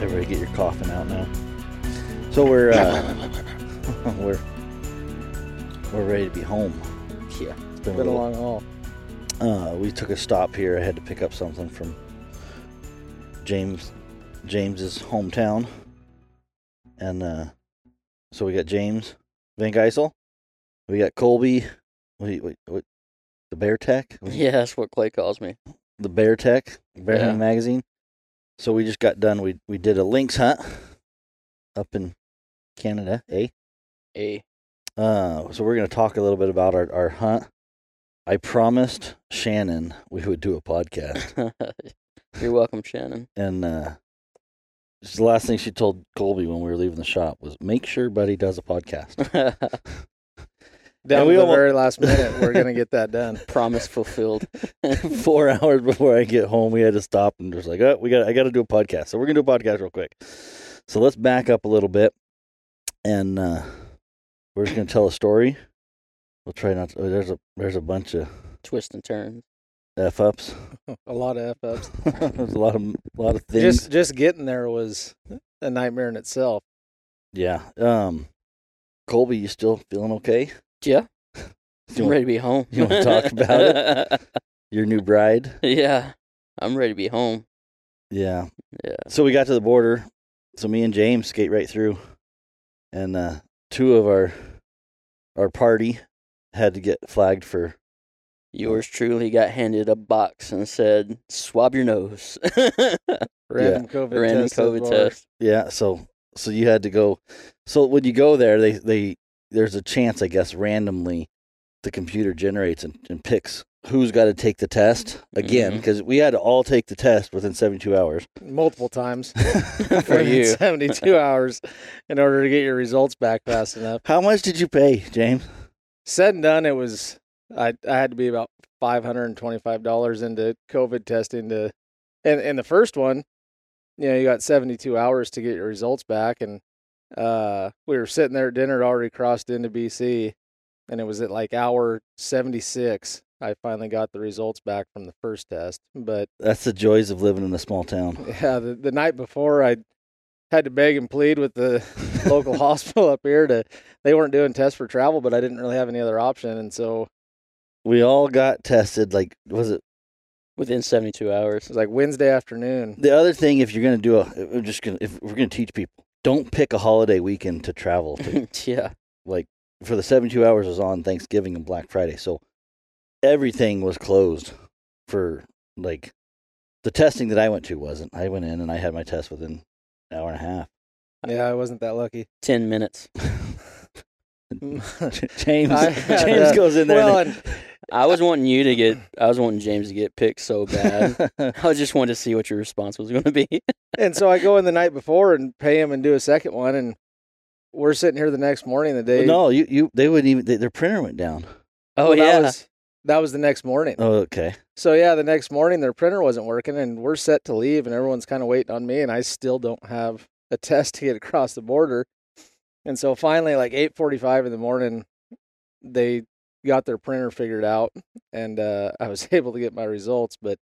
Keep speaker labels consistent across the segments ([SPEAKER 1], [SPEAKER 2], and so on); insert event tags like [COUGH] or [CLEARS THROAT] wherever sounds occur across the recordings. [SPEAKER 1] Everybody, get your coughing out now. So we're uh, [LAUGHS] we're we're ready to be home.
[SPEAKER 2] Yeah.
[SPEAKER 1] It's
[SPEAKER 2] It's been a long haul.
[SPEAKER 1] Uh, we took a stop here. I had to pick up something from James James's hometown, and uh, so we got James Van Geisel. We got Colby. Wait, wait, wait. The Bear Tech.
[SPEAKER 2] Yeah, that's what Clay calls me.
[SPEAKER 1] the Bear Tech, Bear
[SPEAKER 2] Yeah.
[SPEAKER 1] Hunting Magazine. So we just got done. We we did a lynx hunt up in Canada, eh?
[SPEAKER 2] A. [LAUGHS]
[SPEAKER 1] Uh, so we're gonna talk a little bit about our, our hunt. I promised Shannon we would do a podcast,
[SPEAKER 2] You're welcome, Shannon. [LAUGHS]
[SPEAKER 1] and uh, it's the last thing she told Colby when we were leaving the shop was, "Make sure Buddy does a podcast."
[SPEAKER 2] Down
[SPEAKER 1] And
[SPEAKER 2] to
[SPEAKER 1] we
[SPEAKER 2] the
[SPEAKER 1] almo-
[SPEAKER 2] very last minute, we're gonna get that done. Promise fulfilled.
[SPEAKER 1] [LAUGHS] Four hours before I get home, we had to stop and just like, "Oh, we got I got to do a podcast." So we're gonna do a podcast real quick. So let's back up a little bit, and uh, we're just gonna tell a story. We'll try not. To, oh, there's a there's a bunch of
[SPEAKER 2] Twist and turn.
[SPEAKER 1] f ups.
[SPEAKER 3] [LAUGHS] a lot of
[SPEAKER 2] [LAUGHS]
[SPEAKER 3] f ups.
[SPEAKER 1] [LAUGHS] there's a lot of a lot of things.
[SPEAKER 3] Just just getting there was a nightmare in itself.
[SPEAKER 1] Yeah. Um, Colby, you still feeling okay? [LAUGHS]
[SPEAKER 2] Yeah,
[SPEAKER 1] You
[SPEAKER 2] I'm
[SPEAKER 1] want
[SPEAKER 2] ready to be home.
[SPEAKER 1] you wanna talk about
[SPEAKER 2] it?
[SPEAKER 1] your new bride?
[SPEAKER 2] [LAUGHS] yeah, I'm ready to be home.
[SPEAKER 1] Yeah.
[SPEAKER 2] Yeah.
[SPEAKER 1] So we got to the border. So me and James skate right through, and uh, two of our our party had to get flagged for.
[SPEAKER 2] Yours truly got handed a box and said, "Swab your nose." [LAUGHS]
[SPEAKER 3] Random COVID
[SPEAKER 2] Random
[SPEAKER 3] test. at the
[SPEAKER 2] COVID
[SPEAKER 3] bar.
[SPEAKER 2] test.
[SPEAKER 1] Yeah. So so you had to go. So when you go there, they they there's a chance, I guess, randomly, the computer generates and, and picks who's got to take the test again
[SPEAKER 2] Mhm.
[SPEAKER 1] because we had to all take the test within 72
[SPEAKER 3] [LAUGHS]
[SPEAKER 1] hours.
[SPEAKER 3] multiple times
[SPEAKER 2] For
[SPEAKER 3] within [LAUGHS]
[SPEAKER 2] you.
[SPEAKER 3] 72 hours in order to get your results back fast enough.
[SPEAKER 1] How much did you pay, James?
[SPEAKER 3] Said and done, it was I I had to be about five hundred and twenty five dollars into COVID testing to, and and the first one, you know, you got seventy two hours to get your results back, and uh, we were sitting there at dinner, it already crossed into BC, and it was at like hour seventy six. I finally got the results back from the first test, but [LAUGHS]
[SPEAKER 1] That's the joys of living in a small town.
[SPEAKER 3] Yeah, the, the night before I had to beg and plead with the [LAUGHS] local hospital up here to they weren't doing tests for travel, but I didn't really have any other option and so
[SPEAKER 1] We all got tested. Like, was it
[SPEAKER 2] Within 72
[SPEAKER 3] it
[SPEAKER 2] hours.
[SPEAKER 3] was like Wednesday afternoon.
[SPEAKER 1] the other thing? If you're gonna do a, we're just gonna if we're gonna teach people, don't pick a holiday weekend to travel to.
[SPEAKER 2] [LAUGHS] yeah,
[SPEAKER 1] For the 72 hours was on Thanksgiving and Black Friday, so everything was closed for like the testing that I went to wasn't. I went in and I had my test within an hour and a half.
[SPEAKER 3] Yeah, I wasn't
[SPEAKER 2] [LAUGHS]
[SPEAKER 3] that lucky.
[SPEAKER 2] 10 minutes.
[SPEAKER 1] [LAUGHS]
[SPEAKER 3] [LAUGHS]
[SPEAKER 1] James
[SPEAKER 3] I had,
[SPEAKER 1] James
[SPEAKER 3] uh,
[SPEAKER 1] goes in there.
[SPEAKER 3] well,
[SPEAKER 1] and-
[SPEAKER 3] and
[SPEAKER 2] I was wanting you to get, I was wanting James to get picked so
[SPEAKER 1] [LAUGHS]
[SPEAKER 2] bad. I just wanted to see what your response was going to be.
[SPEAKER 3] and so I go in the night before and pay him and do a second one and we're sitting here the next morning the day
[SPEAKER 1] no, you you they wouldn't even their printer went down.
[SPEAKER 2] [LAUGHS] Oh,
[SPEAKER 3] well,
[SPEAKER 2] yeah.
[SPEAKER 3] that was that was the next morning.
[SPEAKER 1] Oh, okay.
[SPEAKER 3] So yeah, the next morning their printer wasn't working and we're set to leave and everyone's kind of waiting on me and I still don't have a test [LAUGHS] to get across the border. And so finally like 8:45 in the morning they got their printer figured out and uh I was [LAUGHS] able to get my results but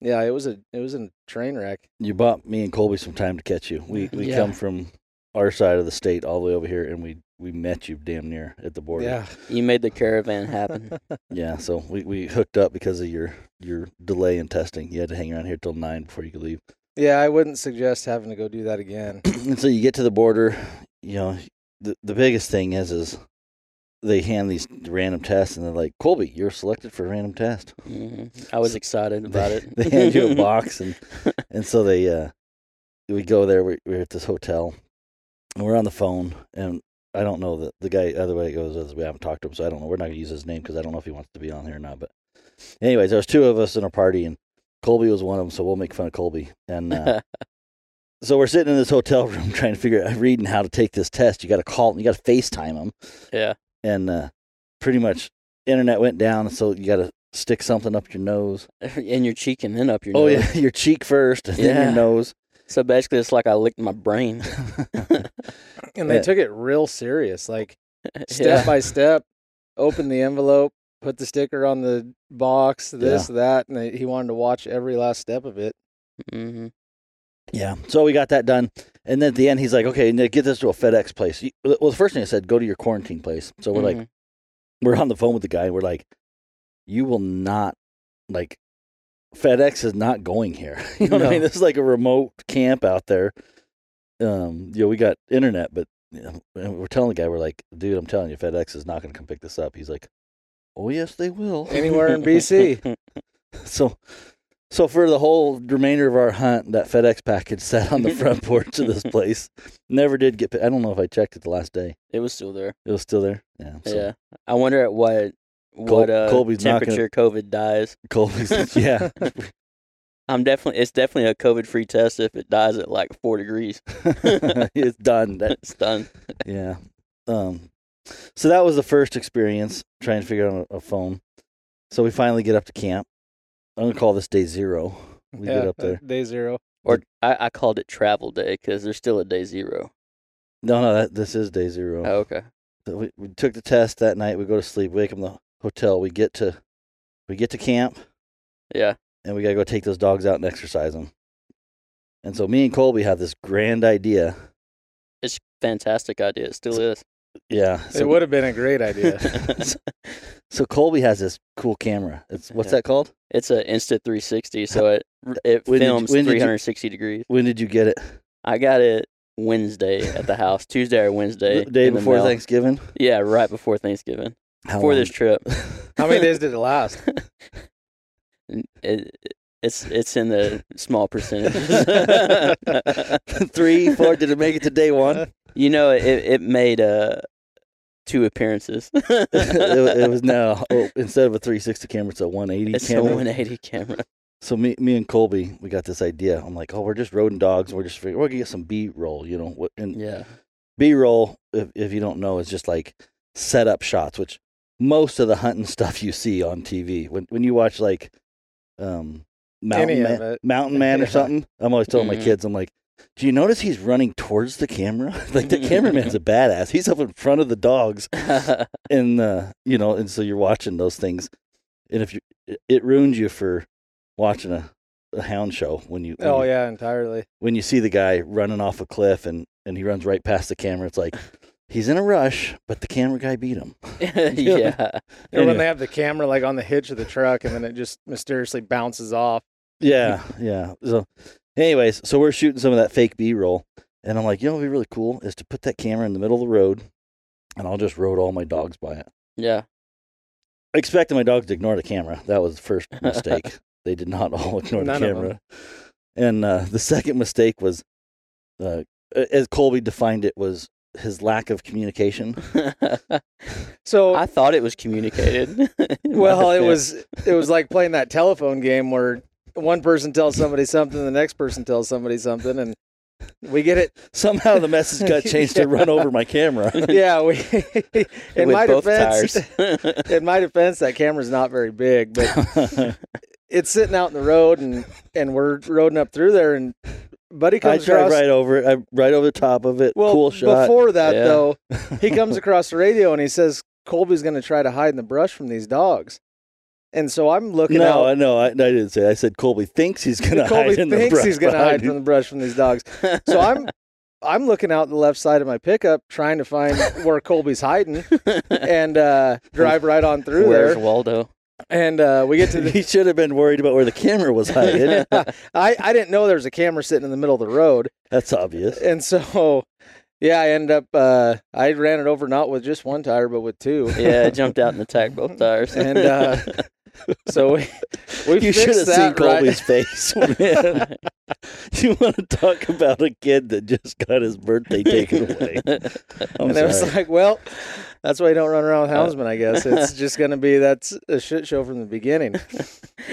[SPEAKER 3] yeah, it was a it was a train wreck.
[SPEAKER 1] you bought me and Colby some time to catch you. We we
[SPEAKER 2] Yeah.
[SPEAKER 1] come from our side of the state all the way over here, and we we met you damn near at the border.
[SPEAKER 3] Yeah.
[SPEAKER 2] You made the
[SPEAKER 1] [LAUGHS]
[SPEAKER 2] caravan happen.
[SPEAKER 1] Yeah, So we, we hooked up because of your your delay in testing. You had to hang around here till nine before you could leave.
[SPEAKER 3] [LAUGHS]
[SPEAKER 1] [CLEARS THROAT]
[SPEAKER 3] Yeah, I wouldn't suggest having to go do that again.
[SPEAKER 1] and so you get to the border. You know, the the biggest thing is is they hand these random tests, and they're like, Colby, you're selected for a random test.
[SPEAKER 2] hmm I was excited about
[SPEAKER 1] they, [LAUGHS]
[SPEAKER 2] it.
[SPEAKER 1] they hand
[SPEAKER 2] [LAUGHS]
[SPEAKER 1] you a box, and and so they uh, we go there. We, we're at this hotel, and we're on the phone, and I don't know that the guy other way it goes is we haven't talked to him, so I don't know. We're not gonna use his name because I don't know if he wants to be on here or not. But anyways, there was two of us in a party, and Colby was one of them, so we'll make fun of Colby. And
[SPEAKER 2] [LAUGHS]
[SPEAKER 1] uh, so we're sitting in this hotel room [LAUGHS] trying to figure out reading how to take this test. You got to call, you got to FaceTime them
[SPEAKER 2] yeah.
[SPEAKER 1] and uh, pretty much internet went down, and so you got to stick something up your nose.
[SPEAKER 2] And your cheek and then up your
[SPEAKER 1] Oh
[SPEAKER 2] nose. [LAUGHS]
[SPEAKER 1] yeah, your cheek first, and then
[SPEAKER 2] Yeah.
[SPEAKER 1] your nose.
[SPEAKER 2] So basically, it's like I licked my brain. [LAUGHS]
[SPEAKER 3] And they
[SPEAKER 1] Yeah.
[SPEAKER 3] took it real serious like step
[SPEAKER 2] yeah.
[SPEAKER 3] by step, open the envelope, put the sticker on the box, this, that, and they, he wanted to watch every last step of it.
[SPEAKER 2] hmm
[SPEAKER 1] Yeah. So we got that done. And then at the end, he's like, okay, now get this to a FedEx place. You- Well, the first thing I said, go to your quarantine place. So we're like,
[SPEAKER 2] Mhm.
[SPEAKER 1] we're on the phone with the guy. And we're like, you will not, like, FedEx is not going here. [LAUGHS] you know what I
[SPEAKER 2] No.
[SPEAKER 1] mean? This is like a remote camp out there. Um, you know, we got internet, but you know, and we're telling the guy, we're like, dude, I'm telling you, FedEx is not going to come pick this up. He's like, oh, yes, they will.
[SPEAKER 3] Anywhere in BC.
[SPEAKER 1] [LAUGHS] So, so for the whole remainder of our hunt, that FedEx package [LAUGHS] sat on the front porch of this place. Never did get. I don't know if I checked it the last day.
[SPEAKER 2] [LAUGHS] it was still there.
[SPEAKER 1] It was still there. Yeah. So [LAUGHS]
[SPEAKER 2] yeah. I wonder at what what uh,
[SPEAKER 1] Colby's not gonna-
[SPEAKER 2] temperature COVID dies. [LAUGHS]
[SPEAKER 1] Colby's. [LAUGHS] Yeah. [LAUGHS]
[SPEAKER 2] I'm definitely it's definitely a COVID free test if it dies at like four degrees. [LAUGHS]
[SPEAKER 1] it's done. That,
[SPEAKER 2] it's done.
[SPEAKER 1] yeah. Um. So that was the first experience trying to figure out a, a phone. So we finally get up to camp. I'm gonna call this day zero. We
[SPEAKER 3] Yeah,
[SPEAKER 1] get up there.
[SPEAKER 3] Day zero.
[SPEAKER 2] Or I, I called it travel day because there's still a day zero.
[SPEAKER 1] No, no, that, this is day zero.
[SPEAKER 2] Oh, okay.
[SPEAKER 1] So we, we took the test that night. We go to sleep. Wake up in the hotel. We get to we get to camp.
[SPEAKER 2] Yeah.
[SPEAKER 1] and we gotta go take those dogs out and exercise them. And so me and Colby have this grand idea.
[SPEAKER 2] It's fantastic idea. It still is.
[SPEAKER 1] Yeah.
[SPEAKER 3] it
[SPEAKER 1] So,
[SPEAKER 3] would have been
[SPEAKER 1] [LAUGHS]
[SPEAKER 3] a great idea.
[SPEAKER 1] so Colby has this cool camera. It's what's
[SPEAKER 2] Yeah.
[SPEAKER 1] that called?
[SPEAKER 2] It's an Insta 360, so it it
[SPEAKER 1] When did you-
[SPEAKER 2] films
[SPEAKER 1] when did you-
[SPEAKER 2] 360 degrees.
[SPEAKER 1] When did you get it?
[SPEAKER 2] I got it Wednesday at the house, Tuesday or Wednesday.
[SPEAKER 1] the day
[SPEAKER 2] in the
[SPEAKER 1] before
[SPEAKER 2] mail.
[SPEAKER 1] Thanksgiving.
[SPEAKER 2] Yeah, right before Thanksgiving.
[SPEAKER 1] How
[SPEAKER 2] Before
[SPEAKER 1] long?
[SPEAKER 2] this
[SPEAKER 1] [LAUGHS]
[SPEAKER 2] trip.
[SPEAKER 3] How many days did it last?
[SPEAKER 2] N- It, it's it's in the small
[SPEAKER 1] [LAUGHS]
[SPEAKER 2] percentages.
[SPEAKER 1] Three, four. Did it make it to day one? [LAUGHS]
[SPEAKER 2] you know, it it made uh two appearances. it,
[SPEAKER 1] [LAUGHS] it, wa- it was now oh, instead of a 360 camera, it's a 180
[SPEAKER 2] [LAUGHS] it's
[SPEAKER 1] camera.
[SPEAKER 2] a 180 camera.
[SPEAKER 1] So me, me and Colby, we got this idea. I'm like, oh, we're just roading dogs. We're just we're gonna get some B roll, you know. What, and [LAUGHS]
[SPEAKER 2] [LAUGHS] Yeah.
[SPEAKER 1] B roll, if, if you don't know, is just like setup shots, which most of the hunting [LAUGHS] stuff you see on TV. When when you watch like um
[SPEAKER 3] Any
[SPEAKER 1] Mountain
[SPEAKER 3] of
[SPEAKER 1] Man,
[SPEAKER 3] it. [LAUGHS]
[SPEAKER 1] Mountain Man or
[SPEAKER 3] Yeah. Mm-hmm.
[SPEAKER 1] something, I'm always telling my
[SPEAKER 2] Mhm.
[SPEAKER 1] kids, I'm like, do you notice he's running towards the camera? [LAUGHS] like the
[SPEAKER 3] [LAUGHS]
[SPEAKER 1] cameraman's a badass. He's up in front of the dogs, and uh, you know, and so you're watching those things, and if you, it- it ruins you for watching a, a hound show when you when
[SPEAKER 3] Oh
[SPEAKER 1] you
[SPEAKER 3] yeah, entirely.
[SPEAKER 1] when you see the guy running off a cliff and and he runs right past the camera, it's
[SPEAKER 3] [LAUGHS]
[SPEAKER 1] like he's in a rush, but the camera guy beat him.
[SPEAKER 2] yeah.
[SPEAKER 3] Or
[SPEAKER 1] Anyway.
[SPEAKER 3] when they have the camera like on the hitch of the truck and then it just mysteriously bounces off.
[SPEAKER 1] Yeah, [LAUGHS] yeah. So, anyways, so we're shooting some of that fake B roll, and I'm like, you know, what'd be really cool is to put that camera in the middle of the road, and I'll just road all my dogs by it.
[SPEAKER 2] Yeah. [LAUGHS]
[SPEAKER 1] I expected my dogs to ignore the camera. That was the first
[SPEAKER 3] [LAUGHS]
[SPEAKER 1] mistake. they did not all ignore
[SPEAKER 3] None
[SPEAKER 1] the
[SPEAKER 3] of
[SPEAKER 1] camera. And uh, the second mistake was, uh, as Colby defined it, was his lack of communication.
[SPEAKER 3] So
[SPEAKER 2] I thought it was communicated. [LAUGHS]
[SPEAKER 3] well, it
[SPEAKER 1] Yeah.
[SPEAKER 3] was it was like playing that telephone game where one person tells somebody something, the next person tells somebody something, and we get it.
[SPEAKER 1] Somehow the message
[SPEAKER 3] [LAUGHS]
[SPEAKER 1] got changed to run over my camera. [LAUGHS]
[SPEAKER 3] Yeah, we.
[SPEAKER 2] with
[SPEAKER 3] in my
[SPEAKER 2] both
[SPEAKER 3] [LAUGHS] defense,
[SPEAKER 2] tires.
[SPEAKER 3] in my defense, that camera's not very big, but
[SPEAKER 1] [LAUGHS]
[SPEAKER 3] it's [LAUGHS] sitting out in the road, and and we're roading up through there, and buddy
[SPEAKER 1] I
[SPEAKER 3] comes
[SPEAKER 1] tried
[SPEAKER 3] across.
[SPEAKER 1] right over it, I, right over the top of it.
[SPEAKER 3] Well,
[SPEAKER 1] cool shot.
[SPEAKER 3] before that
[SPEAKER 1] [LAUGHS]
[SPEAKER 2] Yeah.
[SPEAKER 3] though, he comes across the radio and he says Colby's going to try to hide in the brush from these dogs, and so I'm looking out.
[SPEAKER 1] no, I no, I, I didn't say. That. I said Colby thinks he's gonna
[SPEAKER 3] Colby
[SPEAKER 1] hide in the
[SPEAKER 3] thinks
[SPEAKER 1] brush
[SPEAKER 3] he's going to
[SPEAKER 1] behind
[SPEAKER 3] hide
[SPEAKER 1] you.
[SPEAKER 3] from the brush from these dogs.
[SPEAKER 1] [LAUGHS]
[SPEAKER 3] So I'm I'm looking out the left side of my pickup trying to find where Colby's hiding
[SPEAKER 2] [LAUGHS]
[SPEAKER 3] and uh, drive right on through
[SPEAKER 2] Where's
[SPEAKER 3] there.
[SPEAKER 2] Waldo?
[SPEAKER 3] And uh, we get to
[SPEAKER 1] [LAUGHS]
[SPEAKER 3] the
[SPEAKER 1] he should have been worried about where the camera was hiding.
[SPEAKER 3] [LAUGHS] I I didn't know there was a camera sitting in the middle of the road,
[SPEAKER 1] That's obvious.
[SPEAKER 3] and so yeah, I end up uh, I ran it over not with just one tire but with two.
[SPEAKER 2] Yeah, it jumped out and attacked both tires. [LAUGHS]
[SPEAKER 3] And uh,
[SPEAKER 1] [LAUGHS]
[SPEAKER 3] so we we
[SPEAKER 1] You should
[SPEAKER 3] fixed
[SPEAKER 1] have seen
[SPEAKER 3] that right.
[SPEAKER 1] Colby's face,
[SPEAKER 3] [LAUGHS]
[SPEAKER 1] man. [LAUGHS] you want to talk about a kid that just got his birthday taken
[SPEAKER 3] [LAUGHS]
[SPEAKER 1] away? I'm
[SPEAKER 3] and I was
[SPEAKER 1] sorry.
[SPEAKER 3] like, well, that's why you don't run
[SPEAKER 1] Uh,
[SPEAKER 3] around with houndsmen, I guess.
[SPEAKER 1] [LAUGHS]
[SPEAKER 3] It's just going to be that's a shit show from the beginning.
[SPEAKER 2] [LAUGHS]
[SPEAKER 3] [LAUGHS]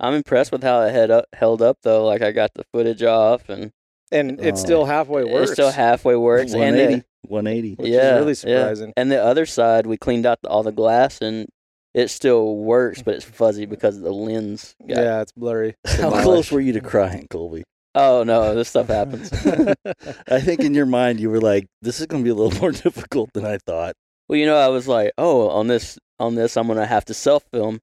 [SPEAKER 2] I'm impressed with how it had up, held up though. Like I got the footage off, and
[SPEAKER 1] [LAUGHS]
[SPEAKER 3] And it's
[SPEAKER 1] Oh.
[SPEAKER 3] still halfway worse.
[SPEAKER 2] it still halfway
[SPEAKER 1] [LAUGHS]
[SPEAKER 2] works. And
[SPEAKER 1] 180.
[SPEAKER 2] the,
[SPEAKER 1] 180.
[SPEAKER 3] which is
[SPEAKER 2] yeah,
[SPEAKER 3] really
[SPEAKER 2] yeah.
[SPEAKER 3] surprising.
[SPEAKER 2] And the other side, we cleaned out the, all the glass, and it still works, but it's fuzzy because the lens. Got,
[SPEAKER 3] yeah, it's blurry.
[SPEAKER 1] [LAUGHS] How close were you to crying, Colby?
[SPEAKER 2] Oh no, this stuff happens.
[SPEAKER 1] I think in your mind you were like, "This is going to be a little [LAUGHS] more difficult than I thought."
[SPEAKER 2] Well, you know, I was like, oh, on this, on this, I'm gonna have to self film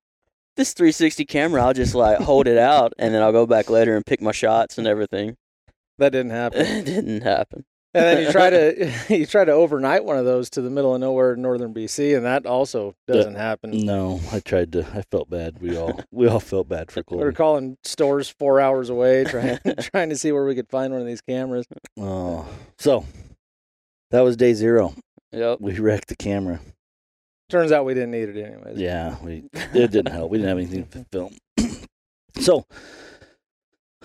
[SPEAKER 2] this 360 camera. I'll just like hold it out, and then I'll go back later and pick my shots and everything.
[SPEAKER 3] [LAUGHS]
[SPEAKER 2] [LAUGHS]
[SPEAKER 3] That didn't happen.
[SPEAKER 2] it didn't happen.
[SPEAKER 3] And then you try to [LAUGHS] you try to overnight one of those to the middle of nowhere in northern BC, and that also doesn't happen.
[SPEAKER 1] No, I tried to. I felt bad. We all [LAUGHS] we all felt bad for
[SPEAKER 3] We were
[SPEAKER 1] Colby.
[SPEAKER 3] calling stores four
[SPEAKER 1] [LAUGHS]
[SPEAKER 3] hours
[SPEAKER 2] [LAUGHS]
[SPEAKER 3] away, trying trying to see where we could find one of these cameras.
[SPEAKER 1] Oh, so that was day zero.
[SPEAKER 2] Yep.
[SPEAKER 1] We wrecked the camera.
[SPEAKER 3] Turns out we didn't need it anyways.
[SPEAKER 1] Yeah, we it didn't help. We didn't have anything to film. [CLEARS THROAT] so,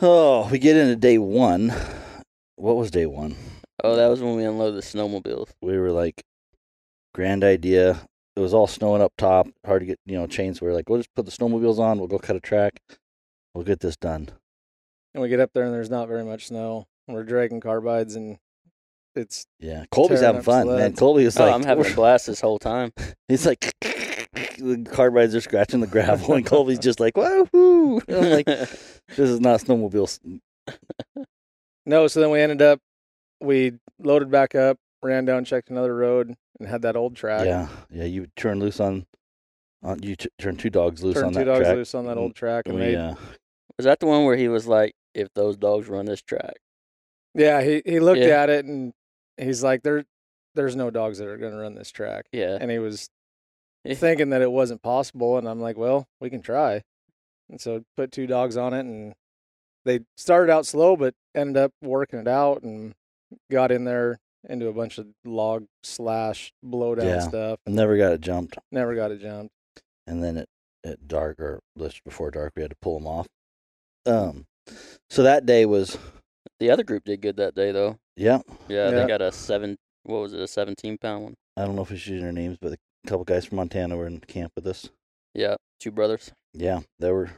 [SPEAKER 1] oh, we get into day one. What was day one?
[SPEAKER 2] [LAUGHS] Oh, that was when we unloaded the snowmobiles.
[SPEAKER 1] We were like, grand idea. It was all snowing up top, hard to get, you know, chains. We were like, we'll just put the snowmobiles on. We'll go cut a track. We'll get this done.
[SPEAKER 3] And we get up there, and there's not very much snow. We're dragging carbides, and it's
[SPEAKER 1] Yeah, Colby's
[SPEAKER 3] Tearing
[SPEAKER 1] having
[SPEAKER 3] up
[SPEAKER 1] fun, man.
[SPEAKER 3] sleds.
[SPEAKER 1] Colby was
[SPEAKER 2] oh,
[SPEAKER 1] like, [LAUGHS]
[SPEAKER 2] I'm having a blast this whole time.
[SPEAKER 1] he's like, [LAUGHS] the carbides are scratching the gravel, and Colby's just like, woohoo! I'm
[SPEAKER 2] [LAUGHS]
[SPEAKER 1] like, this is not snowmobile. s-
[SPEAKER 3] No, so then we ended up we loaded back up, ran down, checked another road, and had that old track.
[SPEAKER 1] Yeah, yeah. You turn loose on, on you t- turn two dogs loose on
[SPEAKER 3] Turned two
[SPEAKER 1] that
[SPEAKER 3] dogs
[SPEAKER 1] track. Mm, Mm-hmm.
[SPEAKER 3] loose on that old track, and
[SPEAKER 1] We,
[SPEAKER 3] they,
[SPEAKER 1] uh,
[SPEAKER 2] was that the one where he was like, "If those dogs run this track,
[SPEAKER 3] yeah, he he looked
[SPEAKER 2] Yeah.
[SPEAKER 3] at it and he's like, there, there's no dogs that are going to run this track,
[SPEAKER 2] yeah,
[SPEAKER 3] and he was
[SPEAKER 2] Yeah.
[SPEAKER 3] thinking that it wasn't possible, and I'm like, well, we can try, and so put two dogs on it, and they started out slow, but ended up working it out, and got in there into a bunch of log slash blowdown
[SPEAKER 1] Yeah.
[SPEAKER 3] stuff, and
[SPEAKER 1] never got it jumped,
[SPEAKER 3] never got it jumped.
[SPEAKER 1] and then at at dark or just before dark, we had to pull them off. Um, so that day was
[SPEAKER 2] [LAUGHS] the other group did good that day though.
[SPEAKER 1] yeah.
[SPEAKER 2] Yeah,
[SPEAKER 3] Yeah.
[SPEAKER 2] they got a seven. What was it? A 17 pound one.
[SPEAKER 1] I don't know if we should use their names, but a couple guys from Montana were in camp with us.
[SPEAKER 2] Yeah, two brothers.
[SPEAKER 1] Yeah, they were.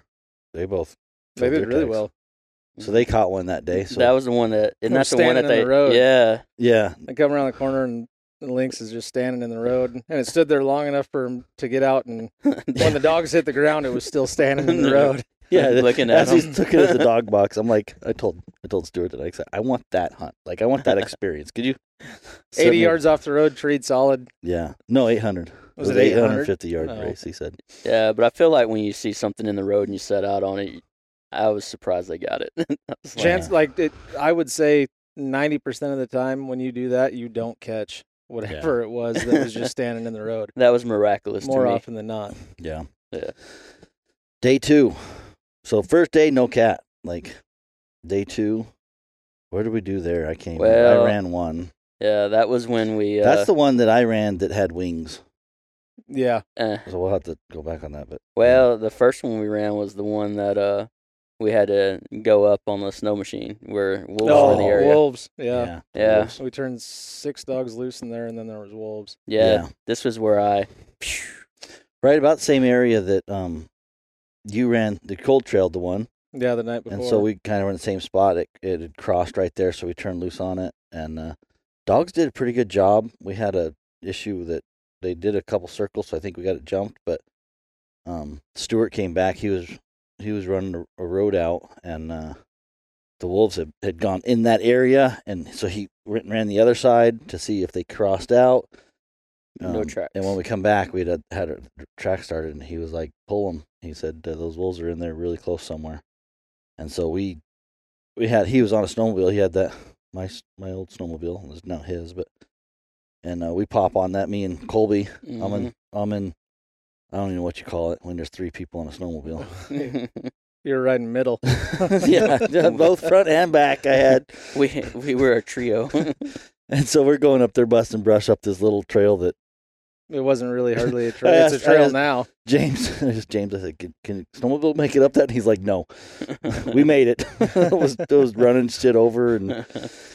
[SPEAKER 1] They both.
[SPEAKER 3] They
[SPEAKER 1] filled
[SPEAKER 3] did
[SPEAKER 1] their
[SPEAKER 3] really
[SPEAKER 1] tags.
[SPEAKER 3] well.
[SPEAKER 1] So they caught one that day. So
[SPEAKER 2] that was the one that, and
[SPEAKER 3] They were
[SPEAKER 2] that's the one
[SPEAKER 3] standing
[SPEAKER 2] that
[SPEAKER 3] in the
[SPEAKER 2] they.
[SPEAKER 3] road.
[SPEAKER 2] Yeah,
[SPEAKER 3] [LAUGHS]
[SPEAKER 1] yeah,
[SPEAKER 3] I come around the corner and the lynx is just standing in the road, and it stood there long enough for him to get out. And
[SPEAKER 2] [LAUGHS]
[SPEAKER 3] when the dogs hit the ground, it was still standing in the road.
[SPEAKER 1] yeah. they-
[SPEAKER 2] looking at
[SPEAKER 1] As
[SPEAKER 2] him.
[SPEAKER 1] he's looking at the
[SPEAKER 3] [LAUGHS]
[SPEAKER 1] dog box, I'm like, I told, I told Stuart that I said, I want that hunt. Like, I want
[SPEAKER 3] [LAUGHS]
[SPEAKER 1] that experience. Could you? send
[SPEAKER 3] Eighty
[SPEAKER 1] me-
[SPEAKER 3] yards off the road, treed solid.
[SPEAKER 1] Yeah. No, 800.
[SPEAKER 3] Was it 800?
[SPEAKER 1] 850 yard
[SPEAKER 3] Oh.
[SPEAKER 1] race, he said.
[SPEAKER 2] [LAUGHS] Yeah, but I feel like when you see something in the road and you set out on it, I was surprised they got it. [LAUGHS] I was like,
[SPEAKER 3] Chance, like it, I would say, ninety percent of the time when you do that, you don't catch whatever it was that was just standing in
[SPEAKER 2] [LAUGHS]
[SPEAKER 3] the road.
[SPEAKER 2] that was miraculous
[SPEAKER 3] More
[SPEAKER 2] to me.
[SPEAKER 3] often than not,
[SPEAKER 1] Yeah.
[SPEAKER 2] Yeah.
[SPEAKER 1] Day two. So, first day, no cat. Like, day two. Where did we do there? I can't. even- I
[SPEAKER 2] Well,
[SPEAKER 1] ran one.
[SPEAKER 2] Yeah, that was when we. Uh,
[SPEAKER 1] That's the one that I ran that had wings.
[SPEAKER 3] yeah,
[SPEAKER 2] eh,
[SPEAKER 1] So we'll have to go back on that. But
[SPEAKER 2] well, the first one we ran was the one that uh we had to go up on the snow machine where wolves were in the
[SPEAKER 1] Oh,
[SPEAKER 2] area.
[SPEAKER 3] wolves. Yeah.
[SPEAKER 2] Yeah.
[SPEAKER 1] wolves.
[SPEAKER 3] we turned six dogs loose in there, and then there was wolves.
[SPEAKER 2] yeah,
[SPEAKER 1] Yeah.
[SPEAKER 2] this was where I.
[SPEAKER 1] Right about the same area that um you ran the cold trail, the one.
[SPEAKER 3] Yeah, the night before.
[SPEAKER 1] And so we kind of were in the same spot. It, it had crossed right there, so we turned loose on it. And uh, dogs did a pretty good job. We had a issue that they did a couple circles, so I think we got it jumped. But um, Stewart came back. He was he was running a, a road out, and uh, the wolves had, had gone in that area, and so he went and ran the other side to see if they crossed out.
[SPEAKER 2] No tracks.
[SPEAKER 1] Um, And when we come back, we had had a track started, and he was like, "Pull them." He said, uh, "Those wolves are in there, really close somewhere." And so we, we had he was on a snowmobile. He had that my s- my old snowmobile. It was not his, but and uh, we pop on that. Me and Colby. I'm in.
[SPEAKER 2] Mm-hmm.
[SPEAKER 1] I'm in. I don't even know what you call it when there's three people on a
[SPEAKER 2] [LAUGHS]
[SPEAKER 1] snowmobile. [LAUGHS]
[SPEAKER 2] Mhm.
[SPEAKER 3] you're
[SPEAKER 2] [LAUGHS]
[SPEAKER 3] riding middle.
[SPEAKER 1] yeah, yeah, both front and back. I had,
[SPEAKER 3] [LAUGHS]
[SPEAKER 2] we we were a trio. [LAUGHS]
[SPEAKER 1] and so we're going up there, busting brush up this little trail that
[SPEAKER 3] It wasn't really
[SPEAKER 2] [LAUGHS]
[SPEAKER 3] hardly a
[SPEAKER 1] I
[SPEAKER 3] trail. It's a
[SPEAKER 1] asked- I
[SPEAKER 3] trail
[SPEAKER 1] asked-
[SPEAKER 3] now.
[SPEAKER 1] James, [LAUGHS] I just James, I said, can, can snowmobile make it up that? And he's like, no, we made it. [LAUGHS] it was it was running shit over, and
[SPEAKER 2] there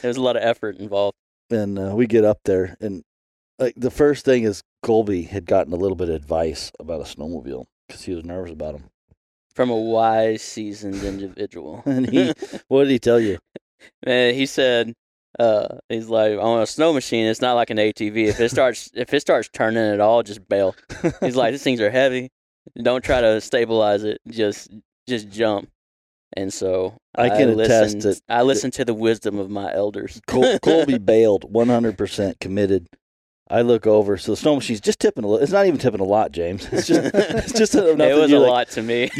[SPEAKER 2] was a lot of effort involved.
[SPEAKER 1] and uh, we get up there, and like the first thing is Colby had gotten a little bit of advice about a snowmobile because he was nervous about them.
[SPEAKER 2] From a wise, seasoned
[SPEAKER 1] [LAUGHS]
[SPEAKER 2] individual. [LAUGHS]
[SPEAKER 1] And he, what did he tell you?
[SPEAKER 2] And he said, uh, he's like, on a snow machine, it's not like an ATV. If it starts, if it starts turning at all, just bail. He's like, these things are heavy. Don't try to stabilize it. Just, just jump. And so
[SPEAKER 1] I can attest
[SPEAKER 2] listened,
[SPEAKER 1] that-
[SPEAKER 2] I listened to the wisdom of my elders.
[SPEAKER 1] Col-
[SPEAKER 2] [LAUGHS]
[SPEAKER 1] Colby bailed, one hundred percent committed. I look over, so the snow machine's just tipping a little. It's not even tipping a lot, James. It's just
[SPEAKER 2] [LAUGHS]
[SPEAKER 1] it's just enough. that
[SPEAKER 2] it was a
[SPEAKER 1] you're like,
[SPEAKER 2] lot to me.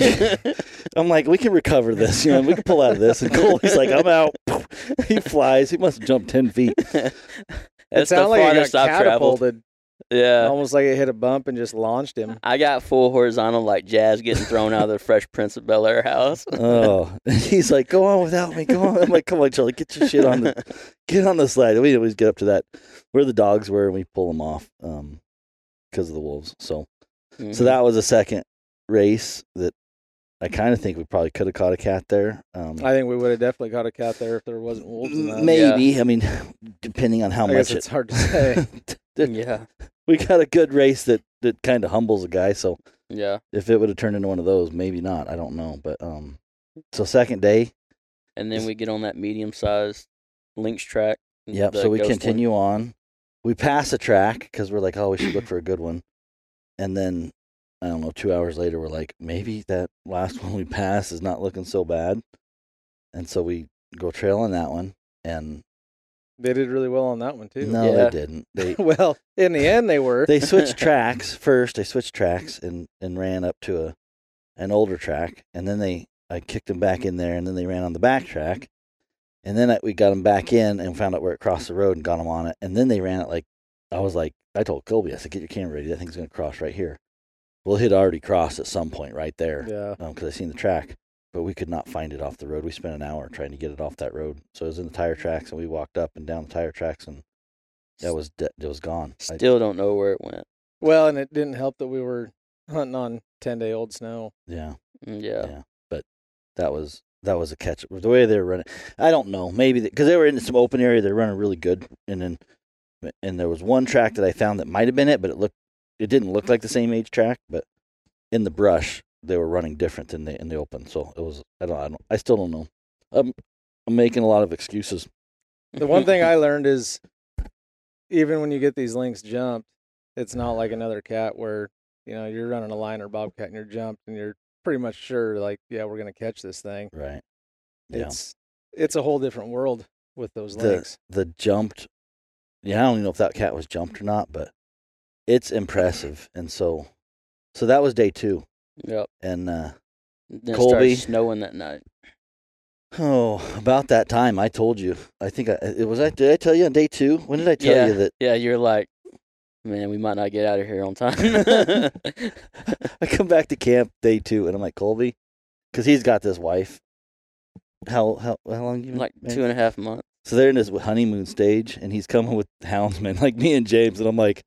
[SPEAKER 1] I'm like, we can recover this. You know, we can pull out [LAUGHS] of this. And Colby's like, I'm out. [LAUGHS] he flies. He must jump ten feet.
[SPEAKER 2] [LAUGHS] That's
[SPEAKER 3] it
[SPEAKER 2] the
[SPEAKER 3] sounded like it got
[SPEAKER 2] farthest I've traveled.
[SPEAKER 3] catapulted,
[SPEAKER 2] Yeah.
[SPEAKER 1] Oh.
[SPEAKER 3] almost like it hit a bump and just launched
[SPEAKER 2] [LAUGHS]
[SPEAKER 3] him.
[SPEAKER 2] I got full horizontal like jazz getting thrown out of the Fresh Prince of Bel Air house.
[SPEAKER 1] Oh, [LAUGHS] he's like, go on without me. Go on. I'm like, come on, Charlie, get your shit on
[SPEAKER 2] [LAUGHS]
[SPEAKER 3] [LAUGHS]
[SPEAKER 1] the get on the slide. We always get up to that where the dogs were, and we pull them off um because of the wolves. So
[SPEAKER 2] Mhm.
[SPEAKER 3] Mm-hmm.
[SPEAKER 1] so that was a second race that I kind of think we probably could have caught a cat there. Um,
[SPEAKER 3] I think we would have definitely caught a cat there if there wasn't wolves in that.
[SPEAKER 1] maybe I mean, [LAUGHS] depending on how
[SPEAKER 3] I guess
[SPEAKER 1] much
[SPEAKER 3] it's
[SPEAKER 1] it.
[SPEAKER 3] hard to say.
[SPEAKER 1] [LAUGHS]
[SPEAKER 3] [LAUGHS]
[SPEAKER 2] yeah.
[SPEAKER 1] we got a good race that that kind of humbles a guy. So
[SPEAKER 2] Yeah.
[SPEAKER 1] if it would have turned into one of those, maybe not. I don't know, but um, so second day,
[SPEAKER 2] And then we get on that medium sized links track.
[SPEAKER 1] Yep.
[SPEAKER 2] the
[SPEAKER 1] So we
[SPEAKER 2] ghost one.
[SPEAKER 1] continue on. We pass a track because we're like, oh, we should look for a good one. And then I don't know, two hours later, we're like, maybe that last [LAUGHS] one we passed is not looking so bad. And so we go trailing that one, and
[SPEAKER 3] they did really well on that one too.
[SPEAKER 1] no,
[SPEAKER 2] Yeah.
[SPEAKER 1] they didn't. They
[SPEAKER 3] [LAUGHS] well, in the end, they were.
[SPEAKER 1] they switched tracks first. They switched tracks and and ran up to a an older track, and then they I kicked them back in there, and then they ran on the back track, and then I, we got them back in and found out where it crossed the road and got them on it, and then they ran it like I was like I told Colby I said get your camera ready that thing's gonna cross right here. Well, it had already crossed at some point right there
[SPEAKER 3] yeah,
[SPEAKER 1] because I seen the track, but we could not find it off the road. We spent an hour trying to get it off that road, so it was in the tire tracks, and we walked up and down the tire tracks, and that was de- it was gone. I-
[SPEAKER 2] Still don't know where it went.
[SPEAKER 3] well, and it didn't help that we were hunting on ten day old snow.
[SPEAKER 1] yeah.
[SPEAKER 2] Mm, Yeah.
[SPEAKER 1] Yeah. that was that was a catch. The way they were running, I don't know. Maybe because they were in some open area, they're running really good, and then and there was one track that I found that might have been it, but it looked it didn't look like the same age track. But in the brush, they were running different than the in the open. So it was I don't I, don't, I still don't know. I'm, I'm making a lot of excuses.
[SPEAKER 3] The one thing
[SPEAKER 1] [LAUGHS]
[SPEAKER 3] I learned is, even when you get these links jumped, it's not like another cat where you know you're running a line or bobcat and you're jumped and you're pretty much sure like yeah we're gonna catch this thing.
[SPEAKER 1] Right.
[SPEAKER 3] It's it's a whole different world with those
[SPEAKER 1] The-
[SPEAKER 3] links.
[SPEAKER 1] the jumped. Yeah, I don't even know if that cat was jumped or not, but it's impressive. And so, so that was day two,
[SPEAKER 2] [LAUGHS] Yep.
[SPEAKER 1] and. uh
[SPEAKER 2] Then
[SPEAKER 1] Colby.
[SPEAKER 2] It started snowing that night.
[SPEAKER 1] Oh, about that time I told you. I think I it was I did I tell you on day 2? When did I tell
[SPEAKER 2] yeah.
[SPEAKER 1] you that
[SPEAKER 2] Yeah. You're like, man, we might not get out of here
[SPEAKER 1] [LAUGHS]
[SPEAKER 2] on time.
[SPEAKER 1] I come back to camp day 2 and I'm like Colby cuz he's got this wife. How how how long you been
[SPEAKER 2] like
[SPEAKER 1] married?
[SPEAKER 2] two and a half months.
[SPEAKER 1] So they're in this honeymoon stage and he's coming with [LAUGHS] houndsmen like me and James and I'm like